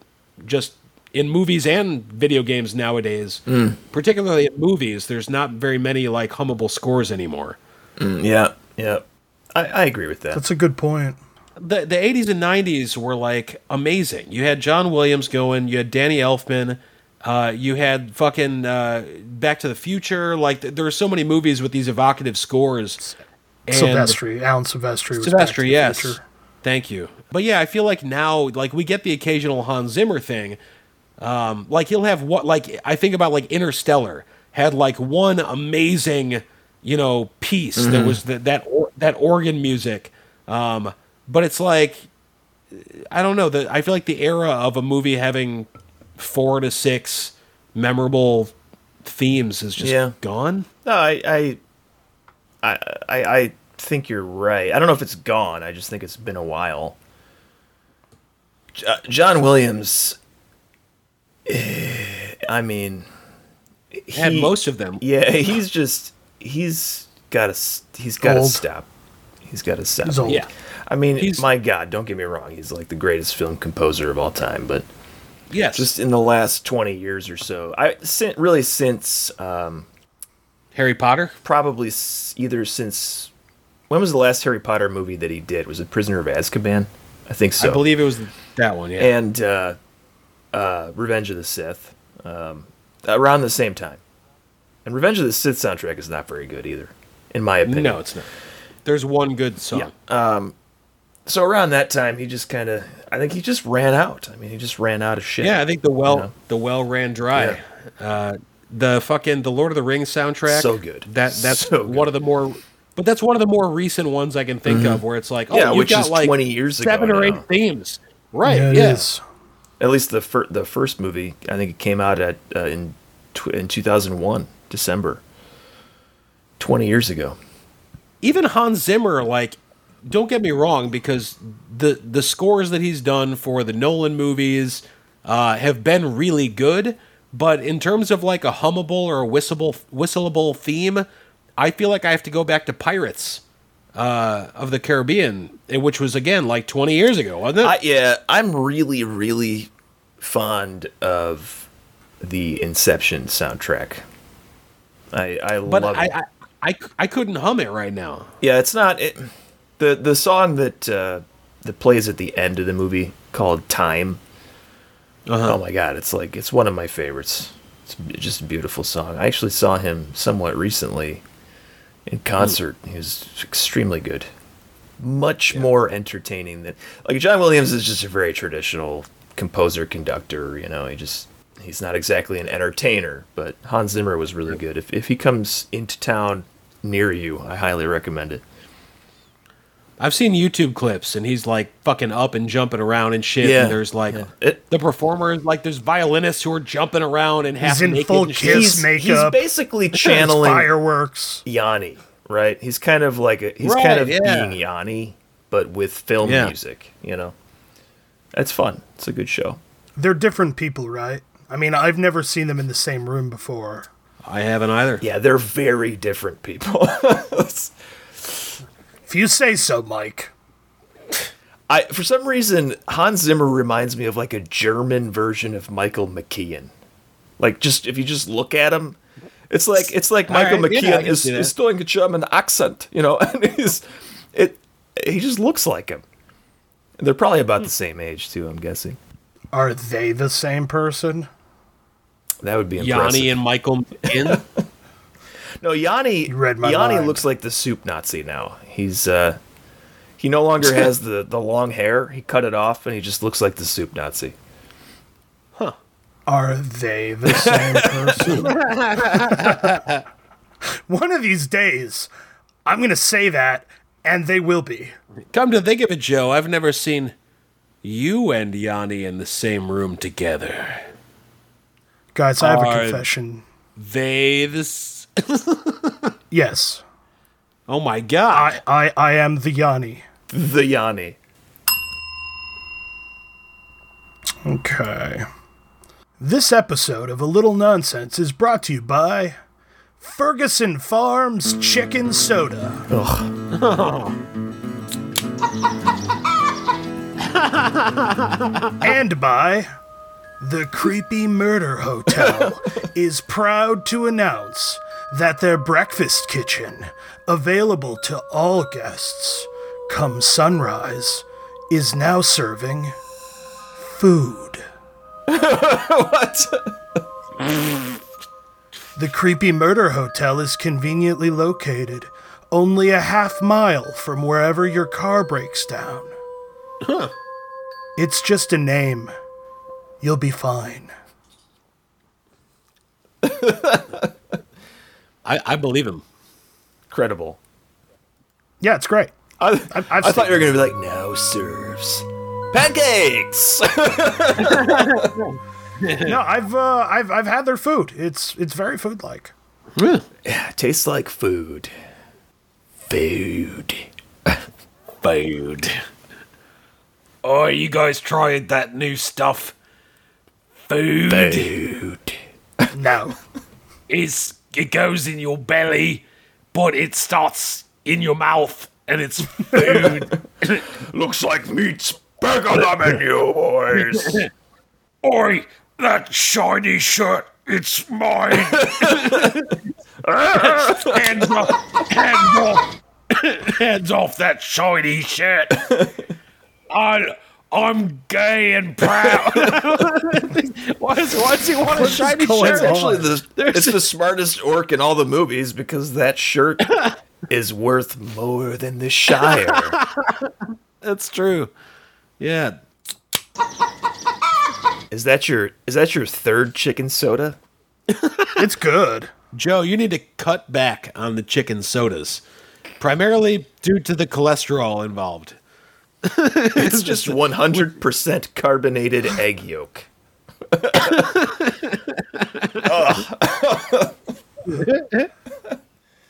just in movies and video games nowadays, particularly in movies. There's not very many like hummable scores anymore.
Yeah, yeah, I, I agree with that.
That's a good point.
the the eighties and nineties were like amazing. You had John Williams going, you had Danny Elfman, uh, you had fucking uh, Back to the Future. Like th- there were so many movies with these evocative scores. And
Silvestri, Alan Silvestri. Was Back to
Sylvester,
the
yes.
Future.
Thank you. But yeah, I feel like now, like we get the occasional Hans Zimmer thing. Um, like he'll have what, like I think about like Interstellar had like one amazing, you know, piece
Mm-hmm.
that was the, that or, that organ music. Um, but it's like I don't know. The, I feel like the era of a movie having four to six memorable themes is just
Yeah.
gone.
No, I, I, I, I, I think you're right. I don't know if it's gone. I just think it's been a while. J- John Williams. *sighs* eh, I mean,
Had
he-
most of them.
Yeah, *laughs* he's just he's got to he's got to
Old.
stop. He's got to stop.
He's old.
Yeah.
I mean,
He's-
my God, don't get me wrong. He's like the greatest film composer of all time, but
Yes.
just in the last twenty years or so, I since really since um,
Harry Potter.
probably s- either since when was the last Harry Potter movie that he did? Was it Prisoner of Azkaban? I think so.
I believe it was that one. Yeah.
And uh, uh, Revenge of the Sith, um, around the same time. And Revenge of the Sith soundtrack is not very good either, in my opinion.
No, it's not. There's one good song.
So around that time, he just kind of, I think he just ran out. I mean, he just ran out of shit.
Yeah, I think the well
Yeah.
the well ran dry.
Yeah.
Uh, the fucking the Lord of the Rings soundtrack.
So good.
That that's
So
one of the more But that's one of the more recent ones I can think of where it's like, oh,
yeah,
you've
which
got
is
like
20 years ago.
seven or
now.
eight themes. Right.
Yeah,
Yeah,
it is.
At least the fir- the first movie, I think it came out at uh, in tw- in 2001, December. 20 years ago.
Even Hans Zimmer, like, don't get me wrong, because the the scores that he's done for the Nolan movies uh, have been really good. But in terms of like a hummable or a whistleable whistleable theme, I feel like I have to go back to Pirates uh, of the Caribbean, eh, which was again like 20 years ago, wasn't it?
I, yeah, I'm really, really fond of the Inception soundtrack. I, I
but
love
I,
it.
I, I c- I couldn't hum it right now.
yeah, it's not it, the the song that uh, that plays at the end of the movie called "Time." Oh my god, it's like it's one of my favorites. It's b- just a beautiful song. I actually saw him somewhat recently in concert. He was extremely good. Much more entertaining than like John Williams is just a very traditional composer conductor. You know, he just he's not exactly an entertainer. But Hans Zimmer was really good. If if he comes into town near you, I highly recommend it.
I've seen YouTube clips and he's like fucking up and jumping around and shit.
Yeah,
And there's like
yeah. It-
the performers, like there's violinists who are jumping around and half
He's in
naked
full
and shit.
kiss makeup.
He's basically
It's
channeling
fireworks.
Yanni, right? He's kind of like a, he's
Right,
kind of
yeah.
being Yanni, but with film
Yeah.
music. You know, it's fun. It's a good show.
They're different people, right? I mean, I've never seen them in the same room before.
I haven't either.
Yeah, they're very different people.
If you say so, Mike.
I for some reason Hans Zimmer reminds me of like a German version of Michael McKeon. Like just if you just look at him, it's like it's like Michael
right, yeah, I
McKeon
can
is,
see that.
is doing a German accent, you know, *laughs* and he's it he just looks like him. And they're probably about the same age too, I'm guessing.
Are they the same person?
That would be impressive.
Yanni and Michael
*laughs*
in.
no, Yanni
You read my
Yanni
mind.
looks like the soup Nazi now. He's uh he no
*laughs*
longer has the the long hair. He cut it off and he just looks like the soup Nazi.
Are they the same person? One of these days, I'm going to say that, and they will be.
Come to think of it, Joe, I've never seen you and Yanni in the same room together.
Guys, I have
Are-
a confession.
They this.
Yes,
Oh my god!
I, I, I am the Yanni.
The Yanni.
Okay. This episode of A Little Nonsense is brought to you by Ferguson Farms Chicken Soda. and by The Creepy Murder Hotel is proud to announce that their breakfast kitchen, available to all guests come sunrise, is now serving food.
*laughs* What?
The Creepy Murder Hotel is conveniently located only a half mile from wherever your car breaks down. It's just a name. You'll be fine.
I, I believe him.
Incredible.
Yeah, it's great.
I,
I've
I thought you were
seen-
gonna be like, now serves *laughs* pancakes.
No, I've uh, I've I've had their food. It's it's very food like.
Tastes like food. Food.
Food. Oh, you guys tried that new stuff? Food.
Food.
No.
is it goes in your belly, but it starts in your mouth and it's food.
*laughs* Looks like meat's back on the menu, boys.
*laughs* Oi, that shiny shirt, it's
*laughs*
mine. hands off, hands off, hands off that shiny shirt. I, I'm gay and proud. *laughs* why, is, why does he want a shiny
going
It's
on?
actually the it's the smartest orc in all the movies because that shirt
*laughs*
is worth more than the Shire.
That's true. Yeah.
Is that your is that your third chicken soda?
It's good.
Joe, you need to cut back on the chicken sodas. primarily due to the cholesterol involved.
It's just 100% carbonated egg yolk.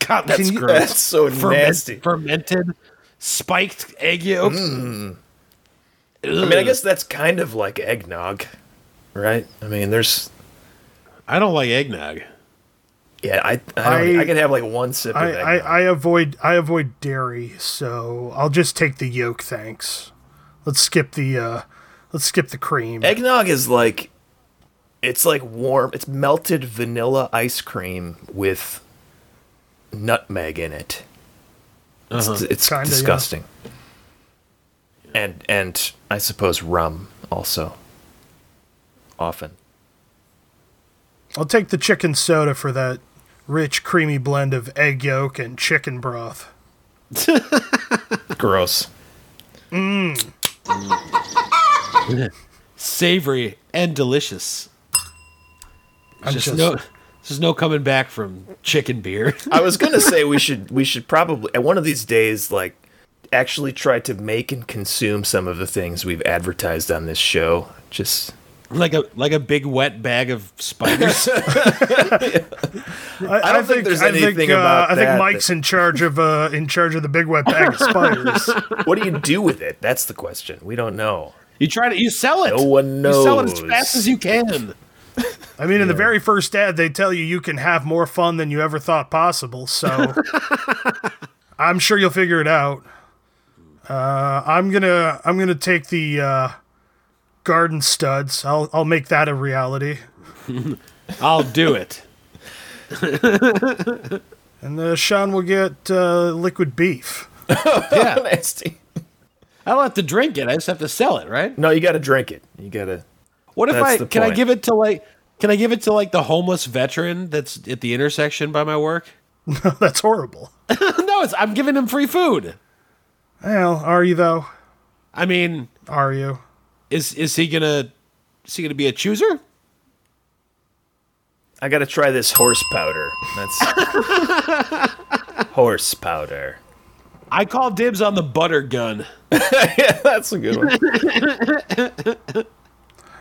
God, that's
you-
gross.
That's so
uh, Ferment-
nasty.
Fermented, spiked egg yolks.
Mm. I mean, I guess that's kind of like eggnog, right? I mean, there's
I don't like eggnog.
yeah, I I, don't,
I-
I can have like one sip of
I, I,
eggnog.
I avoid I avoid dairy, so I'll just take the yolk. Thanks. Let's skip the uh, let's skip the cream.
eggnog is like it's like warm. It's melted vanilla ice cream with nutmeg in it. It's, it's
Kinda, yeah.
disgusting. And and I suppose rum also. Often.
I'll take the chicken soda for that rich, creamy blend of egg yolk and chicken broth.
Gross.
Savory and delicious.
I'm
just,
just-
no. There's no coming back from chicken beer. *laughs*
I was gonna say we should we should probably at one of these days like actually try to make and consume some of the things we've advertised on this show. Just
like a like a big wet bag of
*laughs*
spiders.
I,
don't think there's anything
uh,
about
I
that
think Mike's in charge of uh, in charge of the big wet
*laughs*
bag of spiders.
what do you do with it? That's the question. We don't know.
you try to you sell it.
No one
You sell it as
knows.
fast as you can.
I mean, in the very first ad, they tell you you can have more fun than you ever thought possible. So I'm sure you'll figure it out. Uh, I'm gonna I'm gonna take the uh, garden studs. I'll I'll make that a reality.
I'll do it.
And uh, Sean will get uh, liquid beef. *laughs*
Yeah,
Nasty.
I don't have to drink it. I just have to sell it, right?
No, you gotta drink it. You gotta
What if
That's
I
the
can I
point.
give it to like can I give it to like the homeless veteran that's at the intersection by my work? *laughs*
That's horrible.
no, it's I'm giving him free food.
Well, are you though?
I mean,
Are you?
is is he gonna is he gonna be a chooser?
I gotta try this horse powder. *laughs* That's horse *laughs* powder.
I call dibs on the butter gun.
yeah, that's a good one.
I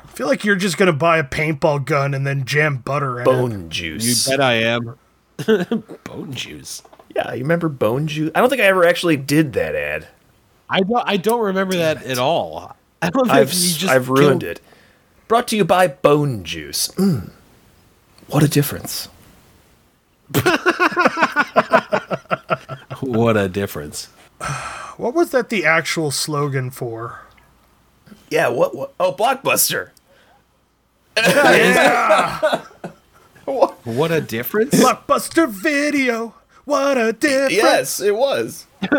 feel like you're just gonna buy a paintball gun and then jam butter in it.
Bone
You
juice.
bet I am. *laughs* Bone juice.
yeah, you remember bone juice? I don't think I ever actually did that ad.
I don't I don't remember that at all. *laughs* I don't think
I've
you just
I've ruined
killed-
it. Brought to you by Bone Juice. Mm. What a difference.
*laughs* What a difference.
What was that the actual slogan for?
Yeah, what, what Oh, Blockbuster.
What a difference.
Blockbuster Video. What a difference.
Yes, it was.
*laughs*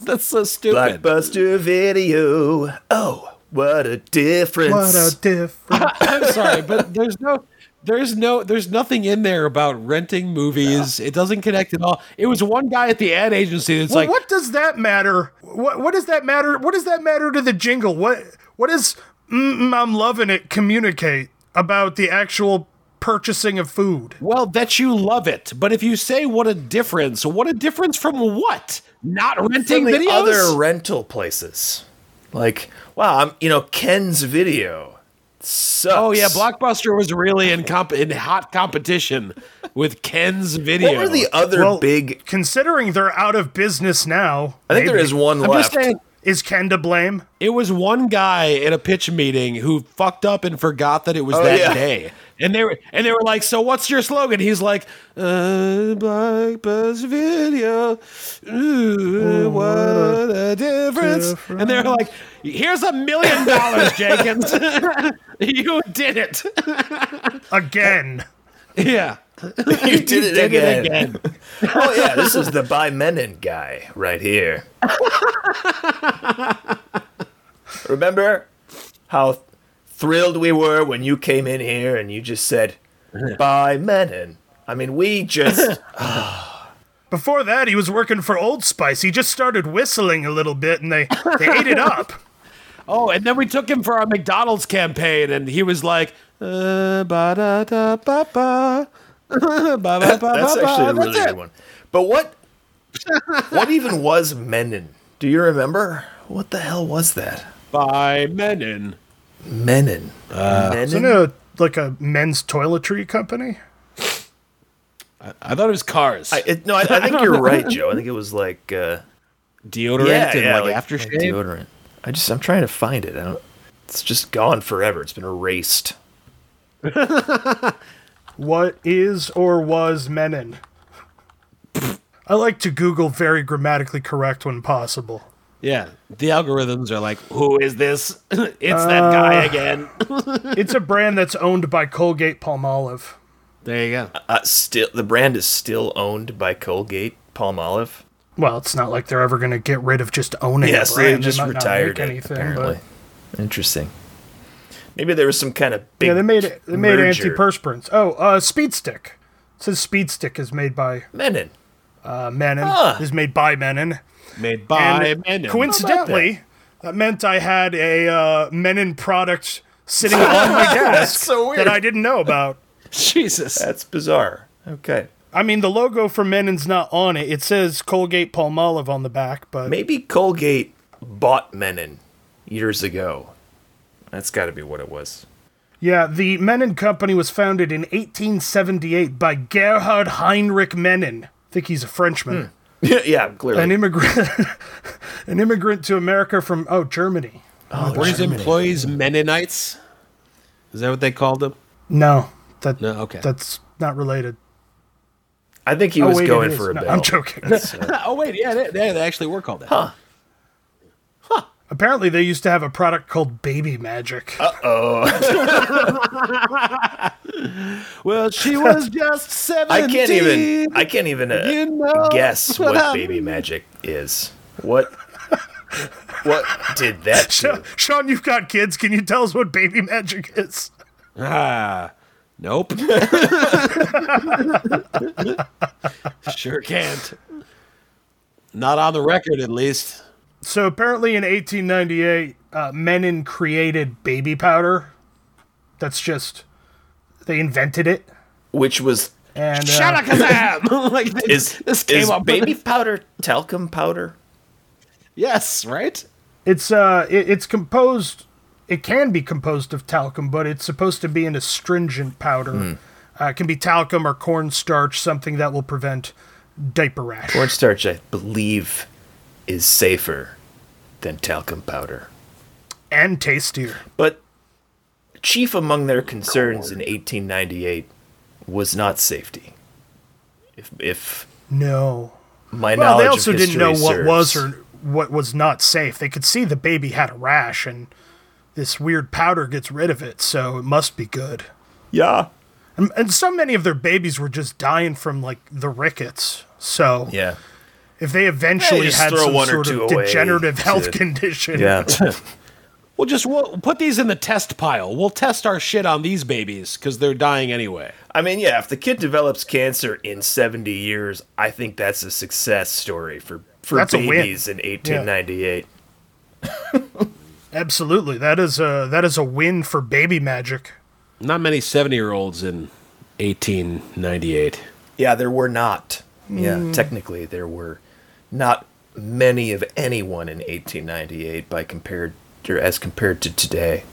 That's so stupid.
Blockbuster video. Oh, what a difference.
What a *laughs* difference.
I'm sorry, but there's no there's no there's nothing in there about renting movies. It doesn't connect at all. It was one guy at the ad agency that's
well,
like
what does that matter? What what does that matter? What does that matter to the jingle? What what is mm, I'm loving it communicate about the actual purchasing of food?
well, that you love it, but if you say what a difference, what a difference from what? Not renting
From the
videos.
other rental places. Like, wow, I'm, you know, Ken's video. Sucks.
oh yeah, Blockbuster was really in comp- in hot competition with Ken's video.
What were the other
Well,
big
Considering they're out of business now,
I think there is one
I'm
left.
just saying,
is Ken to blame?
it was one guy at a pitch meeting who fucked up and forgot that it was that
yeah.
day. And they were and they were like, "So what's your slogan?" He's like, uh, "Black Buzz Video, ooh, Oh, what a difference!" And they were like, "Here's a million dollars, *laughs* Jenkins. you did it.
Again.
yeah,
*laughs* you did it
did
again.
it again.
oh yeah, this is the Bimenin guy right *laughs* here. Remember how thrilled we were when you came in here and you just *laughs* said Bimenin. I mean, we just
Before that, he was working for Old Spice. He just started whistling a little bit and they, they ate it up.
Oh, and then we took him for our McDonald's campaign, and he was like, uh, ba da da ba ba. *laughs*
that's actually a really good one. But what what even was Menon? Do you remember? What the hell was that?
by Menon.
Menon.
*laughs*
Uh,
Isn't it a, like a men's toiletry company?
I thought it was cars.
I, it, no, I,
*laughs*
I think you're right, Joe. I think it was like uh,
deodorant and like, aftershave.
deodorant. I just I'm trying to find it. I don't. It's just gone forever. It's been erased.
What is or was Menon? I like to Google very grammatically correct when possible.
yeah. The algorithms are like, who is this? *laughs* it's that guy again.
It's a brand that's owned by Colgate Palmolive.
*laughs* there you go.
Uh, still, the brand is still owned by Colgate Palmolive.
Well, it's not like they're ever going to get rid of just owning.
Yes,
a
they
brand.
just
might not make
retired it,
anything, but-
apparently. Interesting. Maybe there was some kind of big.
yeah, they made it. They made
merger.
antiperspirants. Oh, uh, Speed Stick. It says Speed Stick is made by
Menon.
uh, Menon.
Huh.
Is made by Menon.
Made
And
by Menon.
coincidentally, that? meant I had a uh, Menon product
*laughs*
sitting on my desk
so weird.
that I didn't know about.
*laughs* Jesus.
That's bizarre. Okay.
I mean, the logo for Menon's not on it. It says Colgate Palmolive on the back, but
Maybe Colgate bought Menon years ago. That's got to be what it was.
yeah, the Menon Company was founded in 1878 by Gerhard Heinrich Menon. I think he's a
Hmm.
Frenchman,
*laughs* yeah, clearly.
an immigrant, *laughs* an immigrant to America from oh Germany.
Were his Oh, employees Mennonites? Is that what they called them?
No, that
No, okay.
that's not related.
I think he
Oh,
was
wait, it
going
is.
for a
No,
bell.
I'm joking.
*laughs* oh wait, yeah, they, they actually were called that.
Apparently, they used to have a product called Baby Magic.
Uh,
Well, *laughs* she was just seven.
*laughs* I can't even. I can't even uh,
You know
guess
what
what
I
baby magic is. What? what did
*laughs*
that?
Sean, *laughs*
Do?
Sean, you've got kids. Can you tell us what baby magic is?
Ah, *laughs* nope. sure can't. Not on the record, at least.
So apparently, in 1898, uh, Menon created baby powder. That's just they invented it.
Which was
And uh,
Shut up, Kazam! *laughs* like this,
is
this came
is
up.
baby powder talcum powder?
*laughs* yes, right.
It's uh, it, it's composed. It can be composed of talcum, but it's supposed to be an astringent powder. Uh, it can be talcum or cornstarch, something that will prevent diaper rash.
Cornstarch, I believe, is safer than talcum powder.
and tastier.
But chief among their concerns in 1898 was not safety. If, if
No.
my
Well,
knowledge
they also
of
didn't
history
know what
serves-
was or what was not safe. They could see the baby had a rash, and this weird powder gets rid of it, so it must be good.
yeah
And, and so many of their babies were just dying from like the rickets. So
yeah
if they eventually
just
had
throw
some
one or
sort
two
of
away
degenerative health *laughs*
to-
condition,
yeah.
We'll just we'll put these in the test pile. We'll test our shit on these babies because they're dying anyway.
*laughs* I mean, yeah, if the kid develops cancer in 70 years, I think that's a success story for, for
That's a win.
babies in 1898.
absolutely, that is a that is a win for baby magic.
Not many seven-year-olds in 1898.
Yeah, there were not. Yeah, technically, there were not many of anyone in 1898 by compared or as compared to today.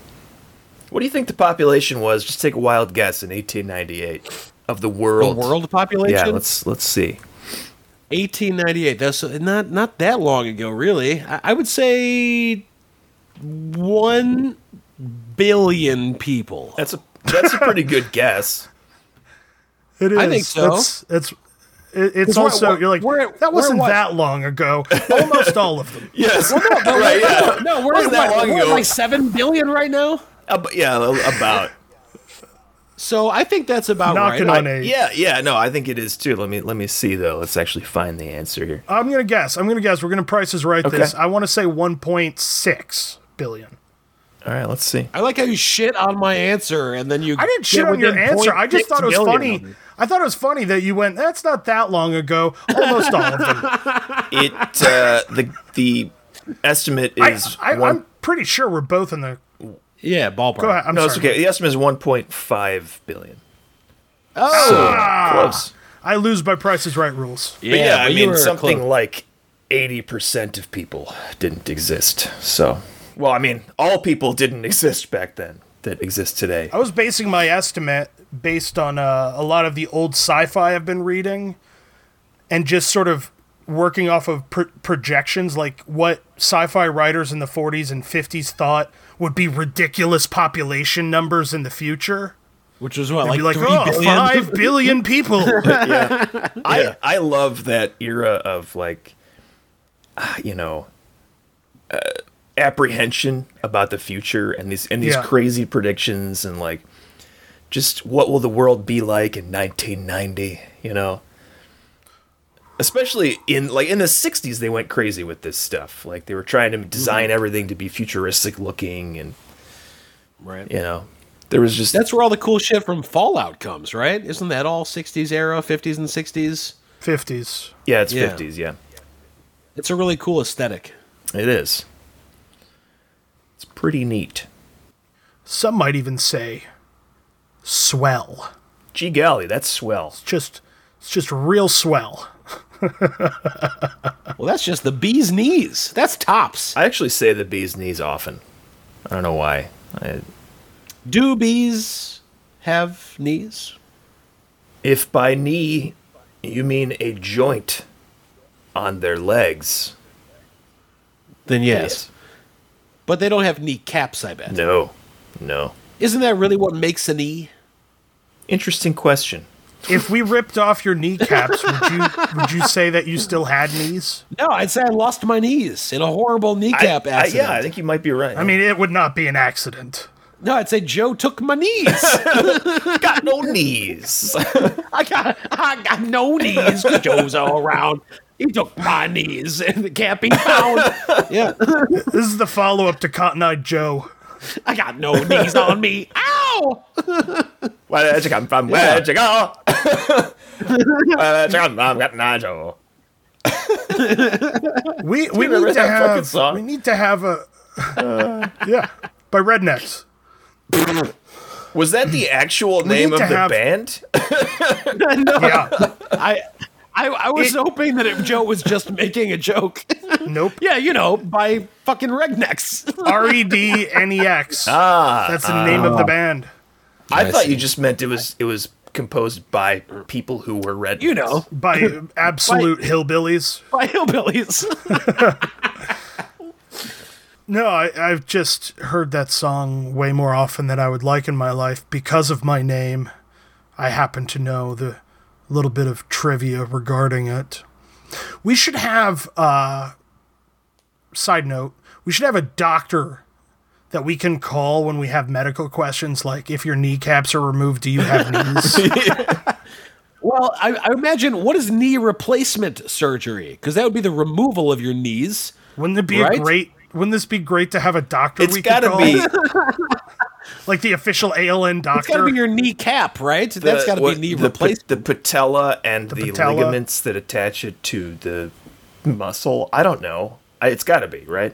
What do you think the population was? Just take a wild guess in 1898 of the
The
world.
world population.
Yeah, let's let's see.
1898. That's not not that long ago, really. I, I would say one billion people.
That's a that's a pretty *laughs* good guess.
It is.
I think so.
That's, that's it, it's
'Cause we're-
also
we're-
you're like
we're- we're
that wasn't
what?
that long ago. Almost all
*laughs*
of them.
Yes. right, yeah.
No, we're
Wasn't
at
that
what,
long
we're at
ago.
like seven billion right now.
*laughs* Ab- yeah, a- about.
So I think that's about
Knocking
right.
on a
Yeah, yeah, no, I think it is too. Let me let me see though. Let's actually find the answer here.
I'm gonna guess. I'm gonna guess. We're gonna price is right
Okay.
this. I want to say 1.6 billion.
All right, let's see.
I like how you shit on my answer and then you.
I didn't shit
get
on your
within
answer. I just
0.6
thought it was
billion
funny.
of it.
I thought it was funny that you went. That's not that long ago. Almost all of them.
It uh, the the estimate
I,
is
I,
one.
I'm pretty sure we're both in the.
Yeah, ballpark.
Go ahead. I'm
no, it's
sorry.
okay. The estimate is one point five billion.
Ah!
Oh,
Close.
I lose by Price is Right rules.
But yeah, I
but you
mean
were
something
close.
like eighty percent of people didn't exist. So, well, I mean, all people didn't *laughs* exist back then that exist today.
I was basing my estimate based on uh, a lot of the old sci-fi I've been reading, and just sort of working off of pr- projections, like what sci-fi writers in the '40s and '50s thought would be ridiculous population numbers in the future.
which was what
Be like,
like, three
oh,
billion?
five billion people.
I I love that era of like, ah, you know, uh, apprehension about the future and these and these
Yeah.
crazy predictions and like, just what will the world be like in 1990? You know, especially in like in the 60s, they went crazy with this stuff. Like they were trying to
Mm-hmm.
design everything to be futuristic looking, and
right.
you know, there was just
That's where all the cool shit from Fallout comes, right? Isn't that all '60s era, '50s and '60s?
'50s.
yeah, it's
Yeah.
50s, yeah,
It's a really cool aesthetic.
it is. It's pretty neat.
Some might even say, swell.
Gee golly, that's swell.
Just, it's just real swell.
Well, that's just the bee's knees. That's tops.
I actually say the bee's knees often. I don't know why. I,
Do bees have knees?
if by knee you mean a joint on their legs,
Then yes. But they don't have kneecaps, I bet.
no, no.
Isn't that really what makes a knee?
Interesting question.
If we ripped off your kneecaps, would you would you say that you still had knees?
No, I'd say I lost my knees in a horrible kneecap
I- I-
accident.
yeah, I think you might be right.
I mean, it would not be an accident.
No, I'd say Joe took my knees. *laughs*
got no knees.
I got, I got no knees. Joe's all around. He took my knees and it can't be found. Yeah,
This is the follow up to Cotton Eye Joe.
I got no knees on me. *laughs* Ow!
Where did you come from? Where did you go? Where did you come from? Got Nigel. *laughs*
We we
remember
need to
that fucking
have
song? Uh.
we need to have
*laughs*
a *laughs* yeah by Rednecks.
Was that the actual name
need
of
to
the
have-
band?
Yeah,
I, I, I was
It-
hoping that if Joe was just making a joke. *laughs*
nope.
yeah, you know, by fucking regnecks.
R E D N E X.
Ah,
That's the name of the band.
I thought you just meant it was it was composed by people who were red.
you know,
*laughs*
By absolute hillbillies.
by hillbillies.
No, I, I've just heard that song way more often than I would like in my life because of my name. I happen to know the little bit of trivia regarding it. We should have, uh, side note, we should have a doctor that we can call when we have medical questions, like if your kneecaps are removed, do you
*laughs*
have knees?
Well, I, I imagine what is knee replacement surgery? Because that would be the removal of your knees.
Wouldn't it be
Right?
a great? Wouldn't this be great to have a doctor?
It's
we could
got to
call?
be
like the official ALN doctor.
It's got to be your kneecap, right? *laughs* That's got to be
what-
knee
the,
replacement.
pa- The patella and the,
patella.
ligaments that attach it to the muscle. I don't know. I, it's got to be right.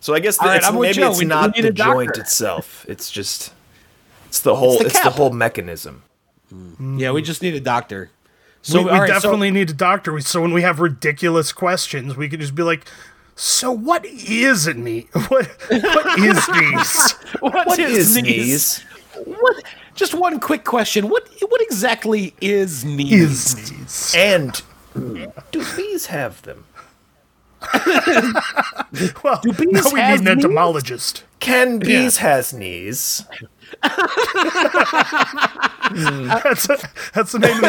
So I guess the,
All right,
it's,
I'm with
maybe
Joe.
it's
We- we
not
need
the
a doctor.
joint itself. It's just it's the whole
the
it's the,
cap.
whole mechanism.
yeah, we just need a doctor. So
We, we
all right, so-
definitely need a doctor. We- So when we have ridiculous questions, we could just be like, "So what is it, knee? *laughs* What what is
*laughs*
these?"
what is, knees?
knees?
What? Just one quick question. What? What exactly is knees?
Is
*laughs*
these?
And do bees have them?
Well, now
bees
we
have
need an
knees?
entomologist.
Can bees has knees? *laughs*
Uh,
That's that's the name of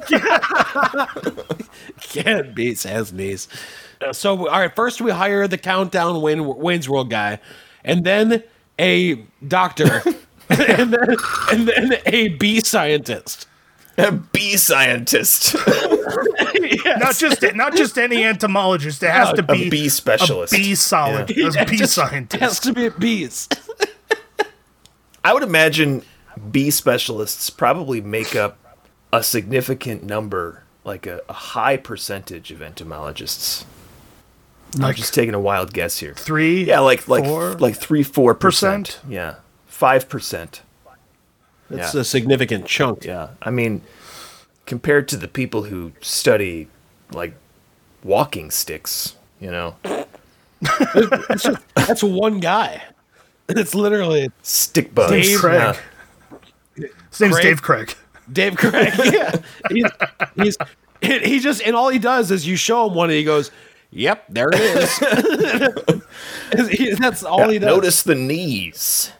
the episode.
Can beats has knees. Uh, So all right, first we hire the countdown Wayne, Wayne's World guy, and then a *laughs* doctor, and then and then a bee scientist.
A bee scientist,
not just not just
*laughs*
any entomologist. It has to
a
be
bee
a
specialist.
bee solid, a bee scientist.
has to be bees.
I would imagine bee specialists probably make up a significant number, like a, a high percentage of entomologists. I'm
Like
just taking a wild guess here.
three,
Yeah, like like
four?
like three four percent.
Percent?
Yeah, five percent.
That's
Yeah.
a significant chunk.
Yeah, I mean, compared to the people who study like walking sticks, you know,
That's one guy. It's literally
stick bugs.
Dave Craig.
Yeah.
His name's
Craig.
Dave Craig.
Dave Craig. Yeah, *laughs* he's, he's he he just and all he does is you show him one and he goes, "Yep, there it is." Is- *laughs* he- That's all he does.
Notice the knees.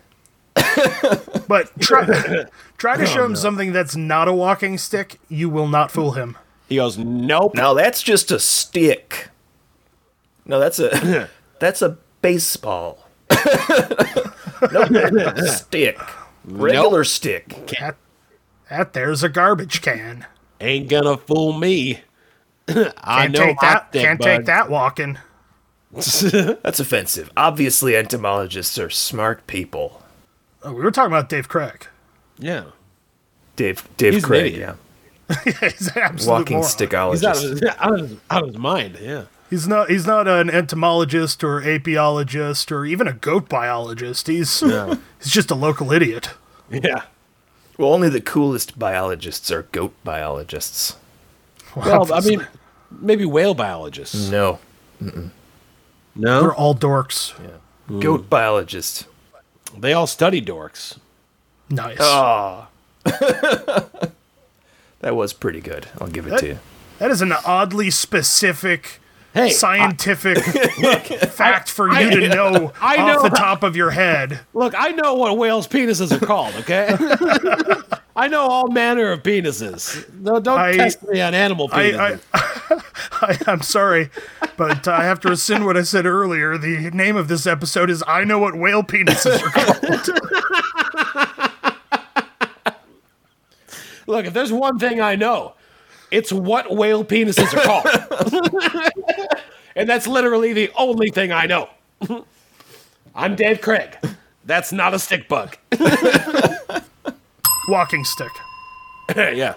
But
*laughs*
try, try
Oh,
to show him something that's not a walking stick. You will not fool him.
He goes, "Nope."
Now that's just a stick. No, that's a *laughs* that's a baseball. *laughs* no, stick. Regular stick.
That, that there's a garbage can.
Ain't gonna fool me. *laughs* I
Can't
know
take
my
that.
stick
Can't
bug.
take that walking.
*laughs*
That's offensive. Obviously, entomologists are smart people.
Oh, we were talking about Dave Craig. *laughs*
Yeah,
Dave Dave
He's an
Craig,
idiot.
yeah,
he's an absolute
walking
moron.
he's out
stickologist.
of, his, out, of his, out of his mind. Yeah,
He's not. He's not an entomologist or apiologist or even a goat biologist. He's *laughs* he's just a local idiot.
yeah.
well, only the coolest biologists are goat biologists.
Well, I mean, maybe whale biologists.
No,
they're
No,
all dorks.
goat biologists.
they all study dorks.
Nice.
Oh.
That was pretty good. I'll give it to you.
that is an oddly specific
Hey, *laughs*
scientific fact for you to know
I
off
know-
the top of your head.
Look, I know what whales' penises are called,
*laughs*
okay? I know all manner of penises. No, don't
I-
test me on animal penises.
I, I, *laughs* I, I'm sorry, but I have to rescind what I said earlier. The name of this episode is "I Know What Whale Penises Are Called."
Look, if there's one thing I know, it's what whale penises are called.
*laughs*
and that's literally the only thing I know. I'm Dave Craig. That's not a stick
*laughs*
bug.
Walking stick.
yeah.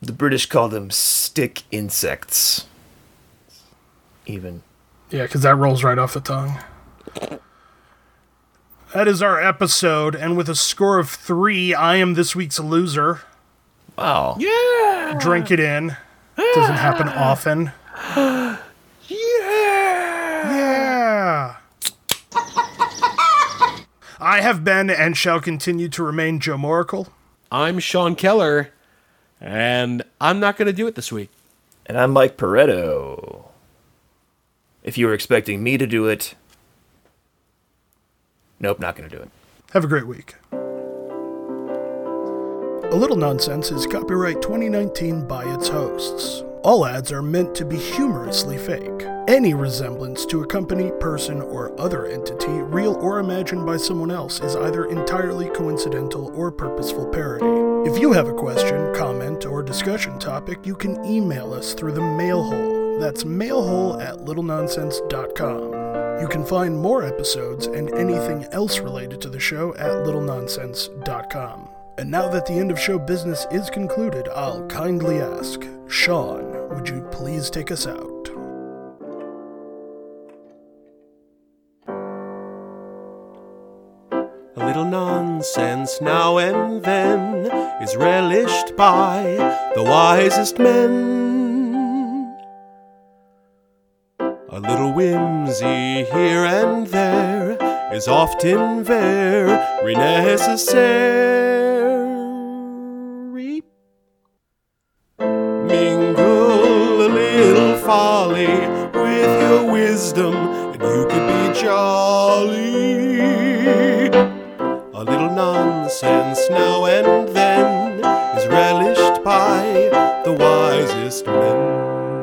The British call them stick insects. Even
Yeah, because that rolls right off the tongue. That is our episode, and with a score of three, I am this week's loser.
wow, yeah.
Drink it in. Doesn't happen often. Yeah. I have been and shall continue to remain Joe Moracle.
I'm Sean Keller, and I'm not going to do it this week.
and I'm Mike Pareto. If you were expecting me to do it, nope, not gonna do it.
Have a great week. A Little Nonsense is copyright 2019 by its hosts. All ads are meant to be humorously fake. Any resemblance to a company, person, or other entity, real or imagined by someone else, is either entirely coincidental or purposeful parody. If you have a question, comment, or discussion topic, you can email us through the mail hole. That's mailhole at littlenonsense.com. You can find more episodes and anything else related to the show at littlenonsense.com. And now that the end of show business is concluded, I'll kindly ask Sean, would you please take us out?
A little nonsense now and then is relished by the wisest men. A little whimsy here and there is often very necessary. Mingle a little folly with your wisdom, and you could be jolly. A little nonsense now and then is relished by the wisest men.